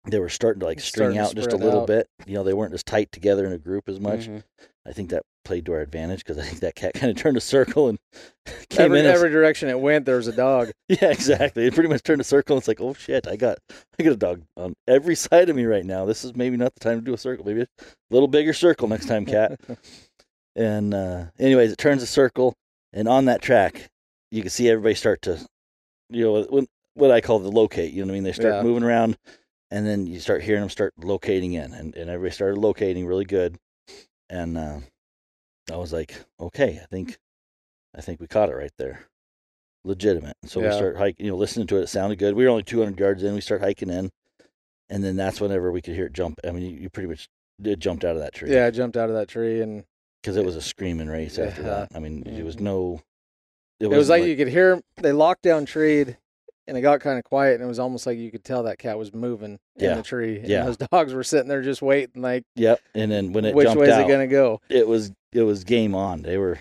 [SPEAKER 1] they were starting to like
[SPEAKER 3] It's
[SPEAKER 1] string
[SPEAKER 3] starting to
[SPEAKER 1] out just a
[SPEAKER 3] spread
[SPEAKER 1] little
[SPEAKER 3] out. Mm-hmm.
[SPEAKER 1] bit. You know, they weren't as tight together in a group as much.
[SPEAKER 2] Mhm.
[SPEAKER 1] I think that played to our advantage because I think that cat [LAUGHS] kind of turned a circle and [LAUGHS] came
[SPEAKER 3] Every,
[SPEAKER 1] in. as-
[SPEAKER 3] every direction it went, there was a dog.
[SPEAKER 1] [LAUGHS] yeah, exactly. It pretty much turned a circle. It's like, oh shit, I got I got a dog on every side of me right now. This is maybe not the time to do a circle. Maybe a little bigger circle next time,
[SPEAKER 3] [LAUGHS]
[SPEAKER 1] cat. and uh, anyways, it turns a circle, and on that track, you can see everybody start to, you know, when, what I call the locate. You know what I mean? They start
[SPEAKER 3] Yeah.
[SPEAKER 1] moving around, and then you start hearing them start locating in, and and everybody started locating really good, and uh, I was like, okay, I think, I think we caught it right there legitimate. So we
[SPEAKER 3] Yeah.
[SPEAKER 1] start hiking, you know, listening to it. It sounded good. We were only 200 yards in. We start hiking in, and then that's whenever we could hear it jump. I mean, you, you pretty much it jumped out of that tree.
[SPEAKER 3] Yeah, I jumped out of that tree, and
[SPEAKER 1] because it was a screaming race after
[SPEAKER 3] Yeah. Mm-hmm.
[SPEAKER 1] that. I mean, it was
[SPEAKER 2] Mhm.
[SPEAKER 1] no.
[SPEAKER 3] it was
[SPEAKER 1] wasn't
[SPEAKER 3] like, you could hear they locked down treed, and it got kind of quiet, and it was almost like you could tell that cat was moving
[SPEAKER 1] Yeah.
[SPEAKER 3] in the tree. and
[SPEAKER 1] Yeah.
[SPEAKER 3] those [LAUGHS] dogs were sitting there just waiting, like
[SPEAKER 1] Yep. And then when it
[SPEAKER 3] which
[SPEAKER 1] jumped
[SPEAKER 3] way is
[SPEAKER 1] out,
[SPEAKER 3] it gonna go
[SPEAKER 1] it was it was game on. They were,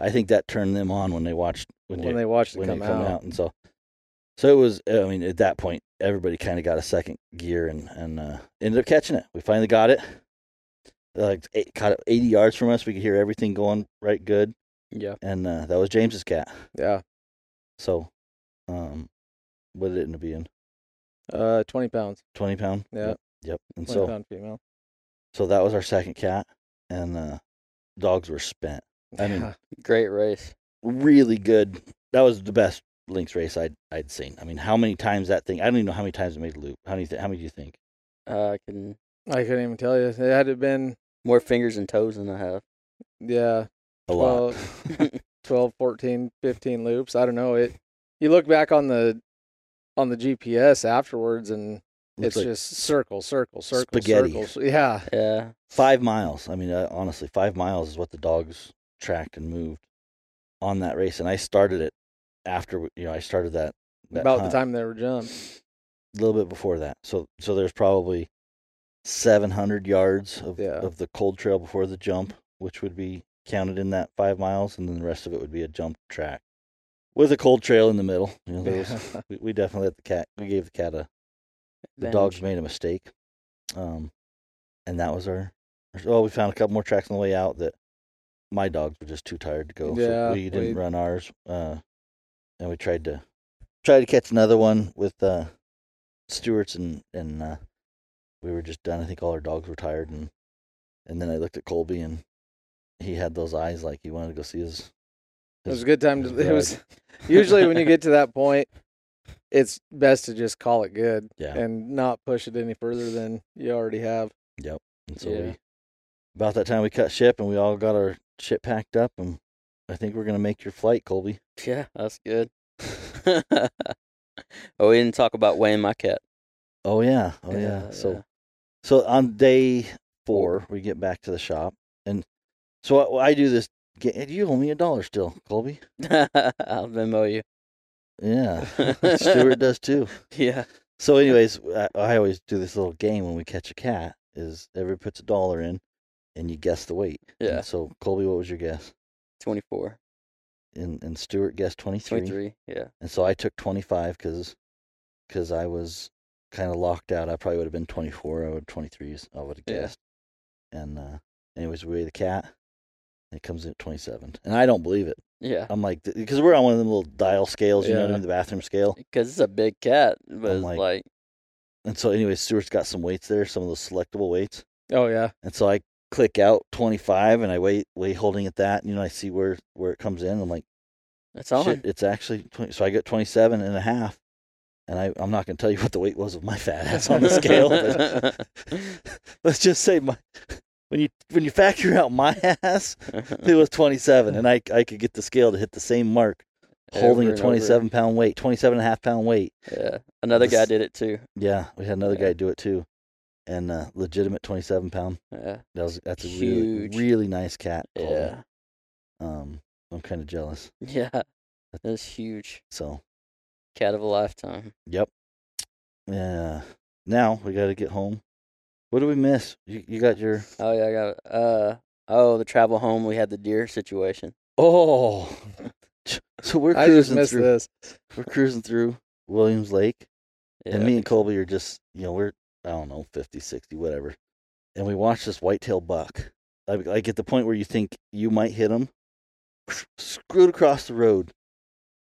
[SPEAKER 1] I think that turned them on when they watched when,
[SPEAKER 3] when,
[SPEAKER 1] they,
[SPEAKER 3] they watched it
[SPEAKER 1] when
[SPEAKER 3] come
[SPEAKER 1] they come
[SPEAKER 3] out.
[SPEAKER 1] out. and so. So it was. I mean, at that point, everybody kind of got a second gear and and uh, ended up catching it. We finally got it. Like eight, caught it eighty yards from us. We could hear everything going right good,
[SPEAKER 2] Yeah.
[SPEAKER 1] and uh, that was James's cat.
[SPEAKER 3] Yeah,
[SPEAKER 1] So, um, what did it end up being?
[SPEAKER 3] uh, twenty pounds,
[SPEAKER 1] Twenty pound.
[SPEAKER 3] Yeah.
[SPEAKER 1] Yep. Yep. And
[SPEAKER 3] twenty pound
[SPEAKER 1] so,
[SPEAKER 3] female.
[SPEAKER 1] so that was our second cat, and uh, dogs were spent. I mean,
[SPEAKER 2] Great race.
[SPEAKER 1] really good. That was the best lynx race I'd I'd seen. I mean, how many times that thing? I don't even know how many times it made a loop. How many? Th- how many do you think?
[SPEAKER 2] Uh, I can
[SPEAKER 3] I couldn't even tell you. It had to have been
[SPEAKER 2] more fingers and toes than I have. [LAUGHS]
[SPEAKER 3] yeah,
[SPEAKER 1] A lot.
[SPEAKER 3] Well, 12, 14, 15 loops. I don't know. It you look back on the on the GPS afterwards and
[SPEAKER 1] Looks
[SPEAKER 3] it's
[SPEAKER 1] like
[SPEAKER 3] just circle, circle, circle,
[SPEAKER 1] spaghetti.
[SPEAKER 3] circles. Yeah.
[SPEAKER 2] Yeah.
[SPEAKER 1] five miles. I mean, uh, honestly, five miles is what the dogs tracked and moved on that race. And I started it after w- you know I started that, [LAUGHS] that
[SPEAKER 3] about
[SPEAKER 1] hunt
[SPEAKER 3] the time they
[SPEAKER 1] [LAUGHS]
[SPEAKER 3] were jumped.
[SPEAKER 1] a little bit before that. So so there's probably 700 yards of
[SPEAKER 3] Yeah.
[SPEAKER 1] of the cold trail before the jump, which would be counted in that five miles, and then the rest of it would be a jump track with a cold trail in the middle. You know,
[SPEAKER 3] [LAUGHS]
[SPEAKER 1] there was- we, we definitely let the cat. We gave the cat a the dogs made a mistake. Um, and that was our. our- Well, we found a couple more tracks on the way out that my dogs were just too tired to go.
[SPEAKER 3] Yeah,
[SPEAKER 1] so we didn't
[SPEAKER 3] we-
[SPEAKER 1] run ours. Uh, and we tried to tried to catch another one with uh, Stewart's and and uh, we were just done. I think all our dogs were tired and and then I looked at Colby and he had those eyes like he wanted to go see his.
[SPEAKER 3] It was a good time to
[SPEAKER 1] his
[SPEAKER 3] it was [LAUGHS] usually when you get
[SPEAKER 1] [LAUGHS]
[SPEAKER 3] to that point it's best to just call it good
[SPEAKER 1] Yeah.
[SPEAKER 3] and not push it any further than you already have.
[SPEAKER 1] And so
[SPEAKER 2] Yeah.
[SPEAKER 1] we, about that time we cut ship and we all got our shit packed up and I think we're gonna make your flight, Colby.
[SPEAKER 2] Yeah, that's good. [LAUGHS] oh, we didn't talk about weighing my cat.
[SPEAKER 1] Oh yeah, oh yeah. So so on day four we get back to the shop and so I, I do this. Get, you owe me a dollar still, Colby.
[SPEAKER 2] yeah. [LAUGHS] I'll
[SPEAKER 1] [LAUGHS]
[SPEAKER 2] Venmo you.
[SPEAKER 1] Yeah, [LAUGHS] Stuart does too.
[SPEAKER 2] [LAUGHS] Yeah.
[SPEAKER 1] So, anyways, I, I always do this little game when we catch a cat. Is everybody puts a dollar in, and you guess the weight. And
[SPEAKER 2] Yeah.
[SPEAKER 1] so, Colby, what was your guess?
[SPEAKER 2] 24.
[SPEAKER 1] And and Stuart guessed twenty three.
[SPEAKER 2] 23. Yeah.
[SPEAKER 1] And so I took 25 because cause I was kind of locked out. I probably would have been 24. I would 23. I would have
[SPEAKER 2] Yeah.
[SPEAKER 1] guessed. And uh, anyways, we weigh the cat. and It comes in at 27. And I don't believe it.
[SPEAKER 2] Yeah.
[SPEAKER 1] I'm like, because we're on one of them little dial scales, you know what I
[SPEAKER 3] Yeah.
[SPEAKER 1] mean? The bathroom scale.
[SPEAKER 2] Because it's a big cat, but
[SPEAKER 1] I'm
[SPEAKER 2] it's
[SPEAKER 1] like-
[SPEAKER 2] like,
[SPEAKER 1] And so, anyways, Stuart's got some weights there, some of those selectable weights.
[SPEAKER 3] Oh yeah.
[SPEAKER 1] And so I click out 25 and I wait, wait holding at that. And, you know, I see where, where it comes in. I'm like,
[SPEAKER 2] it's on.
[SPEAKER 1] Shit, it's actually 20, so I got 27 and a half. And I, I'm not going to tell you what the weight was of my fat ass on the scale. but [LAUGHS] let's just say my when you when you factor out my ass, it was 27, and I I could get the scale to hit the same mark, holding
[SPEAKER 2] Over and
[SPEAKER 1] a
[SPEAKER 2] over.
[SPEAKER 1] 27 pound weight, 27 and a half pound weight.
[SPEAKER 2] [LAUGHS] yeah. Another guy
[SPEAKER 1] This-
[SPEAKER 2] did it too.
[SPEAKER 1] Yeah, we had another
[SPEAKER 2] Yeah.
[SPEAKER 1] guy do it too, and uh, legitimate 27 pound. [LAUGHS]
[SPEAKER 2] Yeah.
[SPEAKER 1] That was that's a
[SPEAKER 2] Huge.
[SPEAKER 1] really really nice cat. Colby.
[SPEAKER 2] Yeah.
[SPEAKER 1] Um, I'm kind of jealous.
[SPEAKER 2] Yeah. That's huge.
[SPEAKER 1] So
[SPEAKER 2] Cat of a lifetime.
[SPEAKER 1] Yep. Yeah. Now we got to get home. What do we miss? You, you got your
[SPEAKER 2] Oh, yeah. I got, uh, oh, the travel home, we had the deer situation.
[SPEAKER 1] [LAUGHS] oh. So we're
[SPEAKER 3] I just
[SPEAKER 1] cruising
[SPEAKER 3] missed
[SPEAKER 1] through.
[SPEAKER 3] this.
[SPEAKER 1] We're cruising through Williams Lake,
[SPEAKER 2] Yeah.
[SPEAKER 1] and me and Colby are just you know we're I don't know, 50, 60, whatever. And we watched this whitetail buck. I like at the point where you think you might hit him, [SNIFFS] screwed across the road.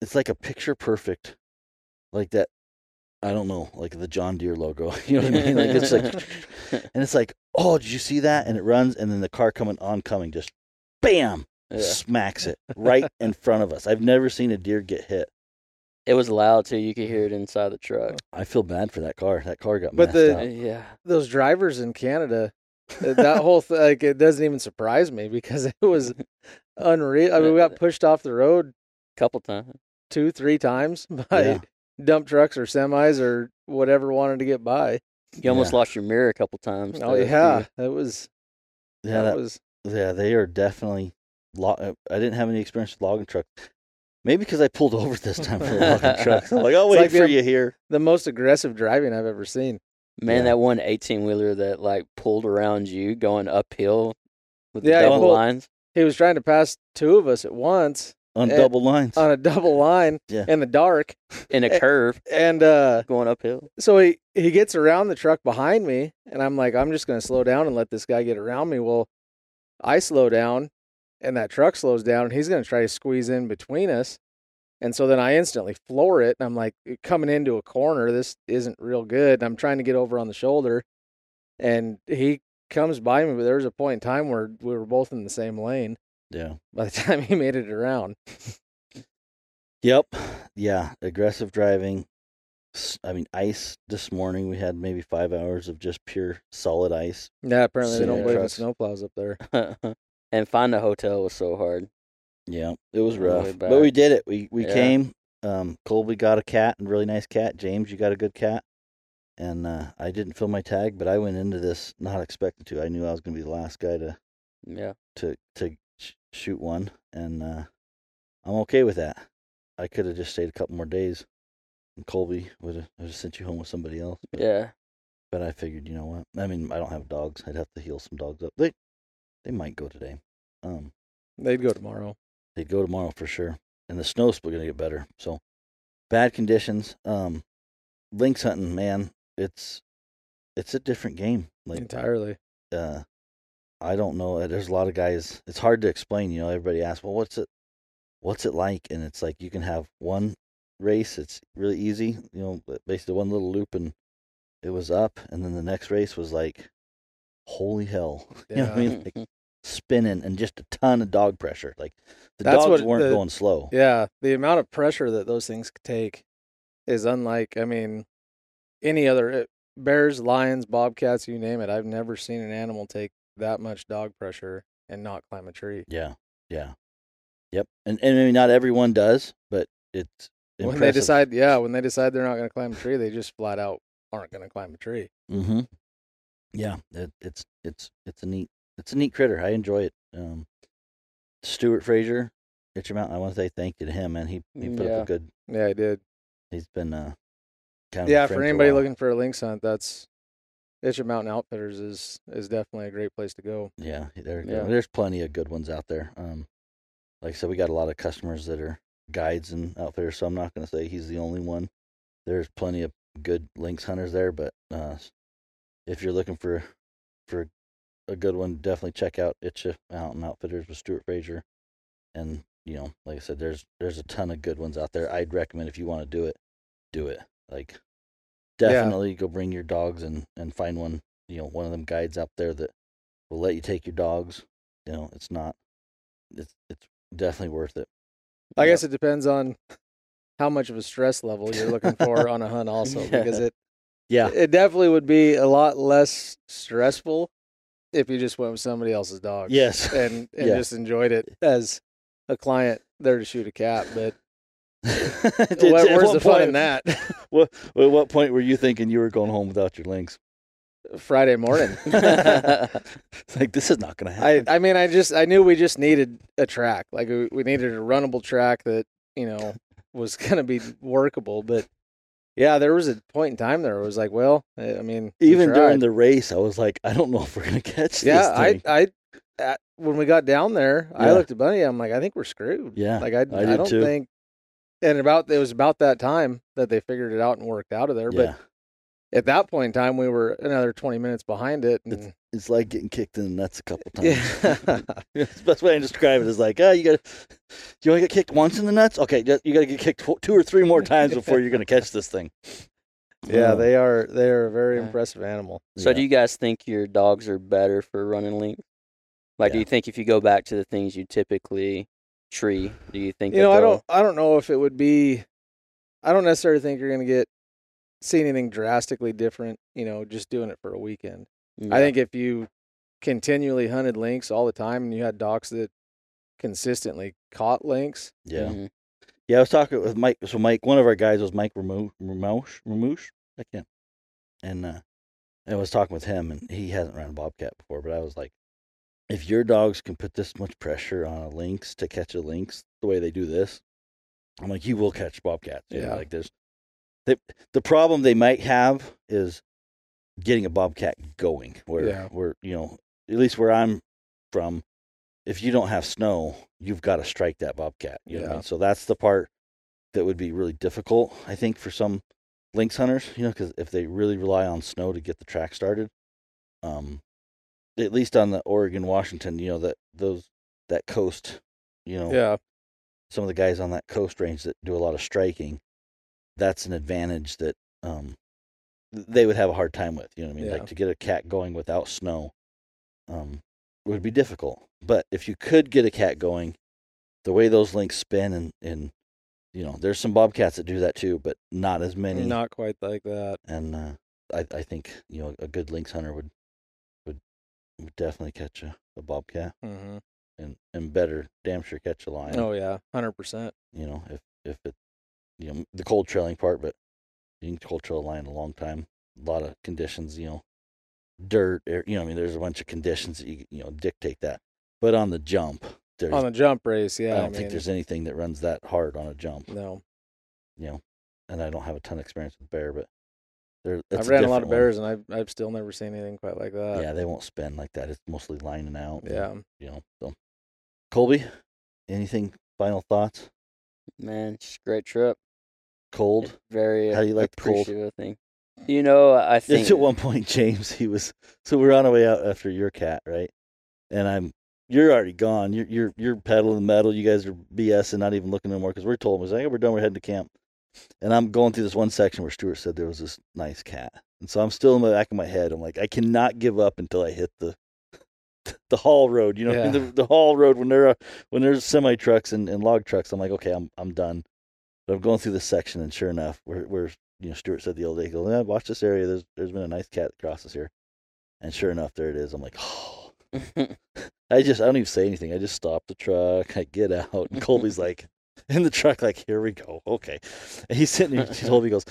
[SPEAKER 1] It's like a picture perfect, like that. I don't know, like the John Deere logo. [LAUGHS] you know what I mean? Like it's like,
[SPEAKER 3] [LAUGHS]
[SPEAKER 1] [SNIFFS] and it's like, oh, did you see that? And it runs, and then the car coming oncoming just, bam,
[SPEAKER 2] [LAUGHS] Yeah.
[SPEAKER 1] smacks [LAUGHS] it right in front of us. I've never seen a deer get hit.
[SPEAKER 2] It was loud too. You could hear it inside the truck. Uh,
[SPEAKER 1] I feel bad for that car. That car got messed
[SPEAKER 3] But the-
[SPEAKER 1] up.
[SPEAKER 2] Yeah.
[SPEAKER 3] Those drivers in Canada, uh, that whole th- like it doesn't even surprise me because [LAUGHS] it was unreal. I mean, we got pushed off the road
[SPEAKER 2] Couple times.
[SPEAKER 3] two, three times [LAUGHS] by
[SPEAKER 1] Yeah.
[SPEAKER 3] dump trucks or semis or whatever wanted to get by.
[SPEAKER 2] You almost lost your mirror a couple times.
[SPEAKER 3] Oh
[SPEAKER 2] too, if you-
[SPEAKER 3] yeah, that was
[SPEAKER 1] yeah,
[SPEAKER 3] that
[SPEAKER 1] that,
[SPEAKER 3] was
[SPEAKER 1] yeah, they are definitely. Lo- uh, I didn't have any experience with logging truck. Maybe because I pulled [LAUGHS] over this time for the [LAUGHS] logging truck. So I'm like, I'll
[SPEAKER 3] It's
[SPEAKER 1] wait
[SPEAKER 3] like
[SPEAKER 1] for
[SPEAKER 3] being-
[SPEAKER 1] you here.
[SPEAKER 3] the most aggressive driving I've ever seen.
[SPEAKER 2] Man,
[SPEAKER 1] Yeah.
[SPEAKER 2] that one 18 wheeler that like pulled around you going uphill with the
[SPEAKER 3] Yeah, it
[SPEAKER 2] double
[SPEAKER 3] pulled-
[SPEAKER 2] lines.
[SPEAKER 3] He was trying to pass two of us at once
[SPEAKER 1] on
[SPEAKER 3] Eh,
[SPEAKER 1] double lines.
[SPEAKER 3] on
[SPEAKER 1] [LAUGHS]
[SPEAKER 3] a double line
[SPEAKER 1] Yeah.
[SPEAKER 3] in the dark,
[SPEAKER 2] in a
[SPEAKER 3] Eh.
[SPEAKER 2] curve
[SPEAKER 3] and uh,
[SPEAKER 2] going uphill. [LAUGHS]
[SPEAKER 3] so he he gets around the truck behind me, and I'm like, I'm just gonna slow down and let this guy get around me. Well, I slow down, and that truck slows down, and he's gonna try to squeeze in between us. And so then I instantly floor it, and I'm like coming into a corner. This isn't real good. And I'm trying to get over on the shoulder, and he comes by me. But there was a point in time where we were both in the same lane.
[SPEAKER 1] yeah.
[SPEAKER 3] By the [LAUGHS] time he made it around,
[SPEAKER 1] Yep. Yeah. Aggressive driving. S- I mean, ice this morning. We had maybe five hours of just pure solid ice.
[SPEAKER 3] yeah, apparently they don't
[SPEAKER 1] Yeah.
[SPEAKER 3] believe in
[SPEAKER 1] Trucks.
[SPEAKER 3] snowplows up there.
[SPEAKER 2] and find a hotel was so hard.
[SPEAKER 1] Yeah, it was
[SPEAKER 2] On the way
[SPEAKER 1] rough, but we
[SPEAKER 2] back.
[SPEAKER 1] did it. We we
[SPEAKER 2] Yeah.
[SPEAKER 1] came. Um, Colby got a cat, a really nice cat. James, you got a good cat. And uh, I didn't fill my tag, but I went into this not expecting to. I knew I was going to be the last guy to
[SPEAKER 2] Yeah.
[SPEAKER 1] to to sh- shoot one, and uh, I'm okay with that. I could have just stayed a couple more days, and Colby would have would have sent you home with somebody else. But,
[SPEAKER 2] Yeah.
[SPEAKER 1] but I figured, you know what? I mean, I don't have dogs. I'd have to heal some dogs up. They they might go today. Um,
[SPEAKER 3] They'd go tomorrow.
[SPEAKER 1] they'd go tomorrow for sure. And the snow's still gonna get better. So bad conditions. Um, lynx hunting, man, it's it's a different game. Like
[SPEAKER 3] entirely.
[SPEAKER 1] uh, I don't know. uh, There's a lot of guys. It's hard to explain. You know, everybody asks, "Well, what's it? What's it like?" And it's like you can have one race. It's really easy. You know, but basically one little loop, and it was up. And then the next race was like, "Holy hell!" [LAUGHS] You know what I mean?
[SPEAKER 2] Mm.
[SPEAKER 1] Like spinning and just a ton of dog pressure. Like the
[SPEAKER 3] That's
[SPEAKER 1] dogs
[SPEAKER 3] what
[SPEAKER 1] weren't
[SPEAKER 3] the-
[SPEAKER 1] going slow.
[SPEAKER 3] Yeah, the amount of pressure that those things take is unlike. I mean, any other it- bears, lions, bobcats, you name it. I've never seen an animal take that much dog pressure and not climb a tree.
[SPEAKER 1] Yeah, yeah, yep. And and maybe not everyone does, but it's
[SPEAKER 3] When they
[SPEAKER 1] impressive.
[SPEAKER 3] decide, yeah, when they decide they're not going to climb a tree, they just flat out aren't going to climb a tree.
[SPEAKER 1] Mm-hmm. Yeah, it, it's it's it's a neat it's a neat critter. I enjoy it. Um, Stuart Fraser, Itchy Mountain. I want to say thank you to him, man. He he put up
[SPEAKER 2] Yeah.
[SPEAKER 1] a good.
[SPEAKER 3] Yeah, I did.
[SPEAKER 1] He's been uh, kind of a
[SPEAKER 3] Yeah,
[SPEAKER 1] friend
[SPEAKER 3] for
[SPEAKER 1] a
[SPEAKER 3] anybody
[SPEAKER 1] while.
[SPEAKER 3] looking for a lynx hunt, that's Itchet Mountain Outfitters is is definitely a great place to go.
[SPEAKER 1] Yeah, there,
[SPEAKER 2] Yeah.
[SPEAKER 1] there's plenty of good ones out there. Um, like I said, we got a lot of customers that are guides and outfitters, so I'm not going to say he's the only one. There's plenty of good lynx hunters there, but uh, if you're looking for for a good one, definitely check out Itcha Mountain Outfitters with Stuart Fraser. And you know, like I said, there's there's a ton of good ones out there. I'd recommend if you want to do it, do it. Like
[SPEAKER 3] Yeah.
[SPEAKER 1] definitely go bring your dogs and and find one. You know, one of them guides out there that will let you take your dogs. You know, it's not. It's it's definitely worth it. [LAUGHS]
[SPEAKER 3] I
[SPEAKER 2] Yep.
[SPEAKER 3] guess it depends on how much of a stress level you're looking for on a
[SPEAKER 1] [LAUGHS]
[SPEAKER 3] hunt, also, because it
[SPEAKER 1] Yeah,
[SPEAKER 3] It definitely would be a lot less stressful if you just went with somebody else's dog.
[SPEAKER 1] Yes. [LAUGHS]
[SPEAKER 3] And and
[SPEAKER 1] Yeah.
[SPEAKER 3] just enjoyed it as a client there to shoot a cat. But
[SPEAKER 1] It's-
[SPEAKER 3] where-
[SPEAKER 1] at
[SPEAKER 3] where's
[SPEAKER 1] what
[SPEAKER 3] the fun in
[SPEAKER 1] point-
[SPEAKER 3] that?
[SPEAKER 1] [LAUGHS] What, at what point were you thinking you were going home without your links?
[SPEAKER 3] Friday morning.
[SPEAKER 1] [LAUGHS] it's like this is not going to
[SPEAKER 3] I,
[SPEAKER 1] happen.
[SPEAKER 3] I mean I just I knew we just needed a track. Like we, we needed a runnable track that, you know, was [LAUGHS] gonna be workable. But yeah, there was a point in time there where it was like, well, eh, I I mean we
[SPEAKER 1] Even
[SPEAKER 3] tried.
[SPEAKER 1] during the race, I was like, I don't know if we're going to [LAUGHS] catch
[SPEAKER 3] Yeah,
[SPEAKER 1] this
[SPEAKER 3] I,
[SPEAKER 1] thing.
[SPEAKER 3] I, uh when we got down there, I
[SPEAKER 1] Yeah.
[SPEAKER 3] looked at Bunny. I'm like, I think we're screwed.
[SPEAKER 1] Yeah,
[SPEAKER 3] like I, I,
[SPEAKER 1] did
[SPEAKER 3] don't
[SPEAKER 1] too.
[SPEAKER 3] think. And about it was about that time that they figured it out and worked out of there.
[SPEAKER 1] yeah,
[SPEAKER 3] at that point in time, we were another 20 minutes behind it. And
[SPEAKER 1] It's like getting kicked in the nuts a couple times. [LAUGHS]
[SPEAKER 3] yeah.
[SPEAKER 1] That's the best way I can describe it is like, ah, you got, to you only get kicked once in the nuts. Okay, ju- you got to get kicked tw- two or three more times before you're gonna catch this thing.
[SPEAKER 3] [LAUGHS] yeah,
[SPEAKER 1] Uh,
[SPEAKER 3] they are they are a very
[SPEAKER 2] Yeah.
[SPEAKER 3] impressive animal.
[SPEAKER 2] So
[SPEAKER 1] yeah.
[SPEAKER 2] do you guys think your dogs are better for running length? Like, do
[SPEAKER 1] Yeah.
[SPEAKER 2] you think if you go back to the things you typically tree, do you think
[SPEAKER 3] You
[SPEAKER 2] that
[SPEAKER 3] know, I
[SPEAKER 2] they'll-
[SPEAKER 3] don't I don't know if it would be I don't necessarily think you're going to get see anything drastically different, you know, just doing it for a weekend.
[SPEAKER 2] Yeah.
[SPEAKER 3] I think if you continually hunted lynx all the time and you had dogs that consistently caught lynx,
[SPEAKER 1] yeah,
[SPEAKER 2] Mhm.
[SPEAKER 1] yeah. I was talking with Mike. So Mike, one of our guys was Mike Ramouche. Ramouche, Ramouche? I can't. And uh, I was talking with him, and he hasn't run a bobcat before, but I was like, if your dogs can put this much pressure on a lynx to catch a lynx the way they do this, I'm like, you will catch bobcats. you know,
[SPEAKER 3] Yeah.
[SPEAKER 1] like there's the the problem they might have is getting a bobcat going. Where
[SPEAKER 3] Yeah.
[SPEAKER 1] where you know at least where I'm from, if you don't have snow, you've got to strike that bobcat. You know what I
[SPEAKER 3] Yeah.
[SPEAKER 1] mean? So that's the part that would be really difficult, I think, for some lynx hunters. You know, because if they really rely on snow to get the track started, um, at least on the Oregon Washington, you know that those that coast, you know,
[SPEAKER 3] yeah,
[SPEAKER 1] some of the guys on that coast range that do a lot of striking, that's an advantage that um, th- they would have a hard time with. You know what I mean?
[SPEAKER 3] Yeah.
[SPEAKER 1] Like to get a cat going without snow um, would be difficult. But if you could get a cat going, the way those links spin and, and you know, there's some bobcats that do that too, but not as many.
[SPEAKER 3] not quite like that.
[SPEAKER 1] And uh, I, I think you know a good lynx hunter would would, would definitely catch a, a bobcat
[SPEAKER 3] hmm
[SPEAKER 1] and and better damn sure catch a lion
[SPEAKER 3] Oh yeah, hundred percent.
[SPEAKER 1] you know, if if it, you know, the cold trailing part, but you can cold trail a lion a long time. A lot of conditions, you know, dirt. Air, you know, I mean, there's a bunch of conditions that you you know dictate that. But on the jump, there's
[SPEAKER 3] On the jump race, yeah.
[SPEAKER 1] I don't
[SPEAKER 3] mean,
[SPEAKER 1] think there's anything that runs that hard on a jump.
[SPEAKER 3] no.
[SPEAKER 1] You know, and I don't have a ton of experience with bear, but there.
[SPEAKER 3] I've
[SPEAKER 1] it's
[SPEAKER 3] ran a lot
[SPEAKER 1] different
[SPEAKER 3] of
[SPEAKER 1] one.
[SPEAKER 3] bears, and I've I've still never seen anything quite like that.
[SPEAKER 1] yeah, they won't spin like that. It's mostly lining out. and,
[SPEAKER 3] Yeah.
[SPEAKER 1] you know. So, Colby, anything final thoughts?
[SPEAKER 2] man, it's just a great trip.
[SPEAKER 1] Cold.
[SPEAKER 2] Very
[SPEAKER 1] How do you like the cold?
[SPEAKER 2] appreciative thing. You know, I
[SPEAKER 1] [LAUGHS]
[SPEAKER 2] think
[SPEAKER 1] It's at
[SPEAKER 2] [LAUGHS]
[SPEAKER 1] one point, James, he was so we're on our way out after your cat, right? And I'm you're already gone. You're you're you're pedaling the metal. You guys are BS and not even looking anymore because we're told we're like, "Hey, we're done. We're heading to camp. And I'm going through this one section where Stuart said there was this nice cat, and so I'm still in the back of my head. I'm like, I cannot give up until I hit the [LAUGHS] the haul road. You know, [LAUGHS] what I mean?
[SPEAKER 3] Yeah.
[SPEAKER 1] the, the haul road when there are when there's semi trucks and, and log trucks. I'm like, okay, I'm I'm done. But I'm going through this section, and sure enough, we're we're you know, Stuart said the other day, he goes, yeah, watch this area. There's there's been a nice cat that crosses here. And sure enough, there it is. I'm like, [SIGHS] oh. I just, I don't even say anything. I just stop the truck. [LAUGHS] I get out. And
[SPEAKER 2] [LAUGHS]
[SPEAKER 1] Colby's like, in the truck, like, here we go. Okay. And he's sitting there. He told me, he
[SPEAKER 2] [LAUGHS]
[SPEAKER 1] goes,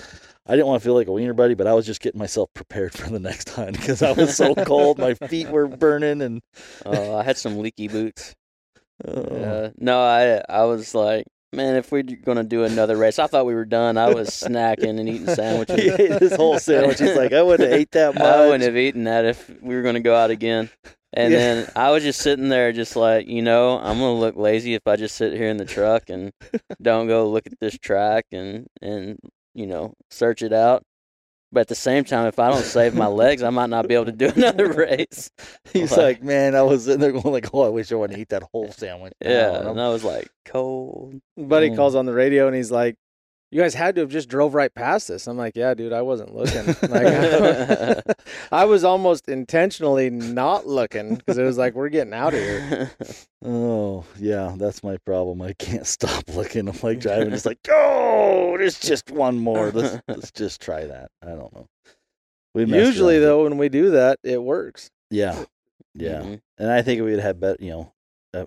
[SPEAKER 1] I didn't want to feel like a wiener buddy, but I was just getting myself prepared for the next hunt because I was so cold. My feet were burning. And,
[SPEAKER 2] uh, I had some leaky boots.
[SPEAKER 1] [LAUGHS] oh.
[SPEAKER 2] Uh, no, I I was like, man, if we're gonna do another race, I thought we were done.
[SPEAKER 1] [LAUGHS]
[SPEAKER 2] I was snacking and eating sandwiches.
[SPEAKER 1] he ate this whole sandwich. He's like, I wouldn't have ate that much.
[SPEAKER 2] [LAUGHS] I wouldn't have eaten that if we were going to go out again. And
[SPEAKER 1] Yeah.
[SPEAKER 2] then I was just sitting there, just like, you know, I'm going to look lazy if I just sit here in the truck
[SPEAKER 3] [LAUGHS]
[SPEAKER 2] and don't go look at this track and, and, you know, search it out. But at the same time, if I don't save my legs, I might not be able to do [LAUGHS] another
[SPEAKER 3] [LAUGHS]
[SPEAKER 2] race. [LAUGHS]
[SPEAKER 1] He's
[SPEAKER 2] Like-
[SPEAKER 1] like, man, I was in there going like, oh, I wish I wouldn't eat that whole sandwich. now."
[SPEAKER 2] Yeah.
[SPEAKER 1] And I'm
[SPEAKER 2] And I was like, cold.
[SPEAKER 3] Buddy
[SPEAKER 1] Mm.
[SPEAKER 3] calls on the radio, and he's like, "You guys had to have just drove right past this." I'm like, "Yeah, dude, I wasn't looking. Like, [LAUGHS]
[SPEAKER 1] [LAUGHS]
[SPEAKER 3] I was almost intentionally not looking because it was like we're getting out of here."
[SPEAKER 2] [LAUGHS]
[SPEAKER 1] Oh, yeah, that's my problem. I can't [LAUGHS] stop looking. I'm
[SPEAKER 3] [LAUGHS]
[SPEAKER 1] like driving. It's like, oh, there's just one more.
[SPEAKER 3] [LAUGHS]
[SPEAKER 1] Let's let's just try that. I don't know. We messed
[SPEAKER 3] Usually,
[SPEAKER 1] around.
[SPEAKER 3] though, mm-hmm. when we do that, it works.
[SPEAKER 1] Yeah. Yeah.
[SPEAKER 2] Mhm.
[SPEAKER 1] And I think we'd have better, you know, uh,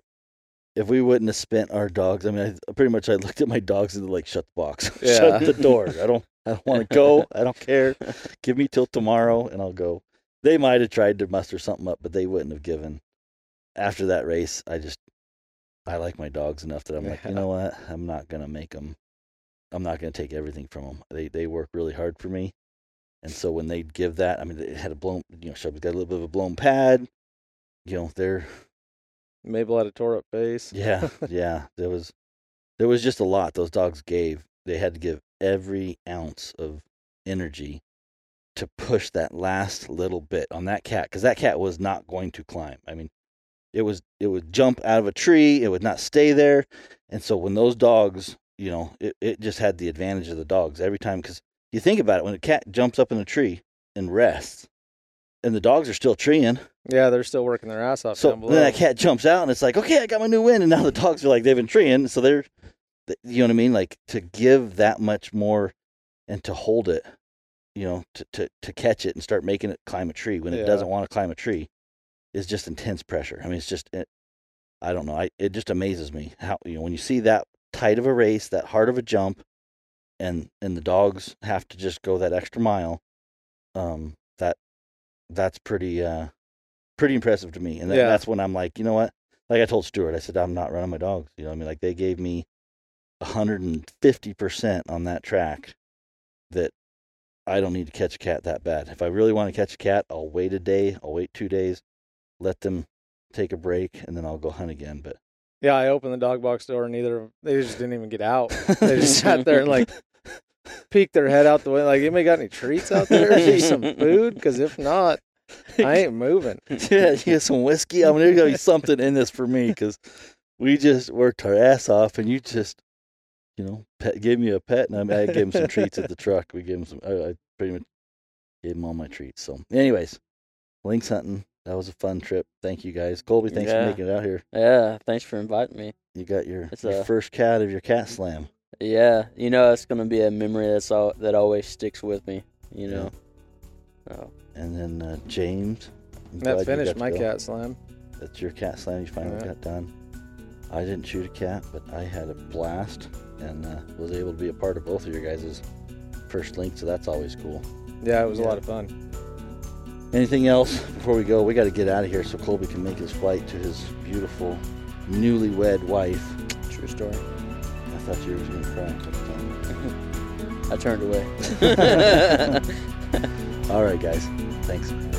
[SPEAKER 1] if we wouldn't have spent our dogs. I mean, I, pretty much I looked at my dogs and they're like, shut the box, [LAUGHS]
[SPEAKER 3] Yeah.
[SPEAKER 1] shut the door. I don't, I don't want to
[SPEAKER 2] [LAUGHS]
[SPEAKER 1] go. I don't care. Give me till tomorrow and I'll go. They might have tried to muster something up, but they wouldn't have given. After that race, I just, I like my dogs enough that I'm like, you know what? I'm not gonna make them. I'm not gonna take everything from them. They they work really hard for me. And so when they give that, I mean, they had a blown, you know, Shelby's got a little bit of a blown pad. You know, they're
[SPEAKER 3] Mabel had a tore up face.
[SPEAKER 1] yeah, yeah. There was there was just a lot those dogs gave. They had to give every ounce of energy to push that last little bit on that cat because that cat was not going to climb. I mean, it was it would jump out of a tree, it would not stay there, and so when those dogs, you know, it, it just had the advantage of the dogs every time because you think about it when a cat jumps up in a tree and rests, and the dogs are still treeing,
[SPEAKER 3] Yeah, they're still working their ass off
[SPEAKER 1] so
[SPEAKER 3] down
[SPEAKER 1] then
[SPEAKER 3] below.
[SPEAKER 1] that cat jumps out and it's like, okay, I got my new win, and now the dogs are like they've been treeing, so they're, th- you know what I mean, like to give that much more, and to hold it, you know, to to to catch it and start making it climb a tree when
[SPEAKER 3] Yeah.
[SPEAKER 1] it doesn't want to climb a tree, is just intense pressure. I mean, it's just it, I don't know, I it just amazes me how you know when you see that tight of a race, that hard of a jump, and and the dogs have to just go that extra mile, um, that that's pretty uh pretty impressive to me. And that,
[SPEAKER 3] Yeah.
[SPEAKER 1] that's when I'm like, you know what? Like I told Stuart, I said I'm not running my dogs. You know, what I mean, like they gave me 150 percent on that track. That I don't need to catch a cat that bad. If I really want to catch a cat, I'll wait a day. I'll wait two days, let them take a break, and then I'll go hunt again. But
[SPEAKER 3] yeah, I opened the dog box door and neither of- they just didn't even get out. They
[SPEAKER 1] [LAUGHS]
[SPEAKER 3] just sat there and like peeked their head out the window. Like, anybody got any treats out there? Need some food? Because if not,
[SPEAKER 1] [LAUGHS]
[SPEAKER 2] [LAUGHS]
[SPEAKER 3] I ain't moving.
[SPEAKER 1] yeah, you
[SPEAKER 3] [LAUGHS]
[SPEAKER 1] get some whiskey. I mean, there's gonna be something in this for me because we just worked our ass off, and you just, you know, pet, gave me a pet, and I, mean, I gave him some treats
[SPEAKER 3] [LAUGHS]
[SPEAKER 1] at the truck. We gave him some. I, I pretty much gave him all my treats. So, anyways, lynx hunting. That was a fun trip. Thank you guys, Colby. Thanks
[SPEAKER 2] Yeah.
[SPEAKER 1] for making it out here.
[SPEAKER 2] Yeah, thanks for inviting me.
[SPEAKER 1] You got your,
[SPEAKER 2] It's
[SPEAKER 3] uh
[SPEAKER 1] your
[SPEAKER 2] a-
[SPEAKER 1] first cat of your cat slam.
[SPEAKER 2] Yeah, you know it's gonna be a memory that's all that always sticks with me. You know. Oh.
[SPEAKER 1] And then uh, James. I'm
[SPEAKER 3] And that
[SPEAKER 1] glad you got
[SPEAKER 3] finished
[SPEAKER 1] to
[SPEAKER 3] my
[SPEAKER 1] go.
[SPEAKER 3] cat slam.
[SPEAKER 1] That's your cat slam you finally
[SPEAKER 3] Yeah.
[SPEAKER 1] got done. I didn't shoot a cat, but I had a blast and uh, was able to be a part of both of your guys' first link, so that's always cool.
[SPEAKER 3] Yeah, it was
[SPEAKER 1] Yeah.
[SPEAKER 3] a lot of fun.
[SPEAKER 1] Anything else before we go? We got to get out of here so Colby can make his flight to his beautiful newlywed wife.
[SPEAKER 2] True story.
[SPEAKER 1] I thought you were going to cry. a couple times.
[SPEAKER 2] I turned away. [LAUGHS]
[SPEAKER 1] All right, guys. Thanks.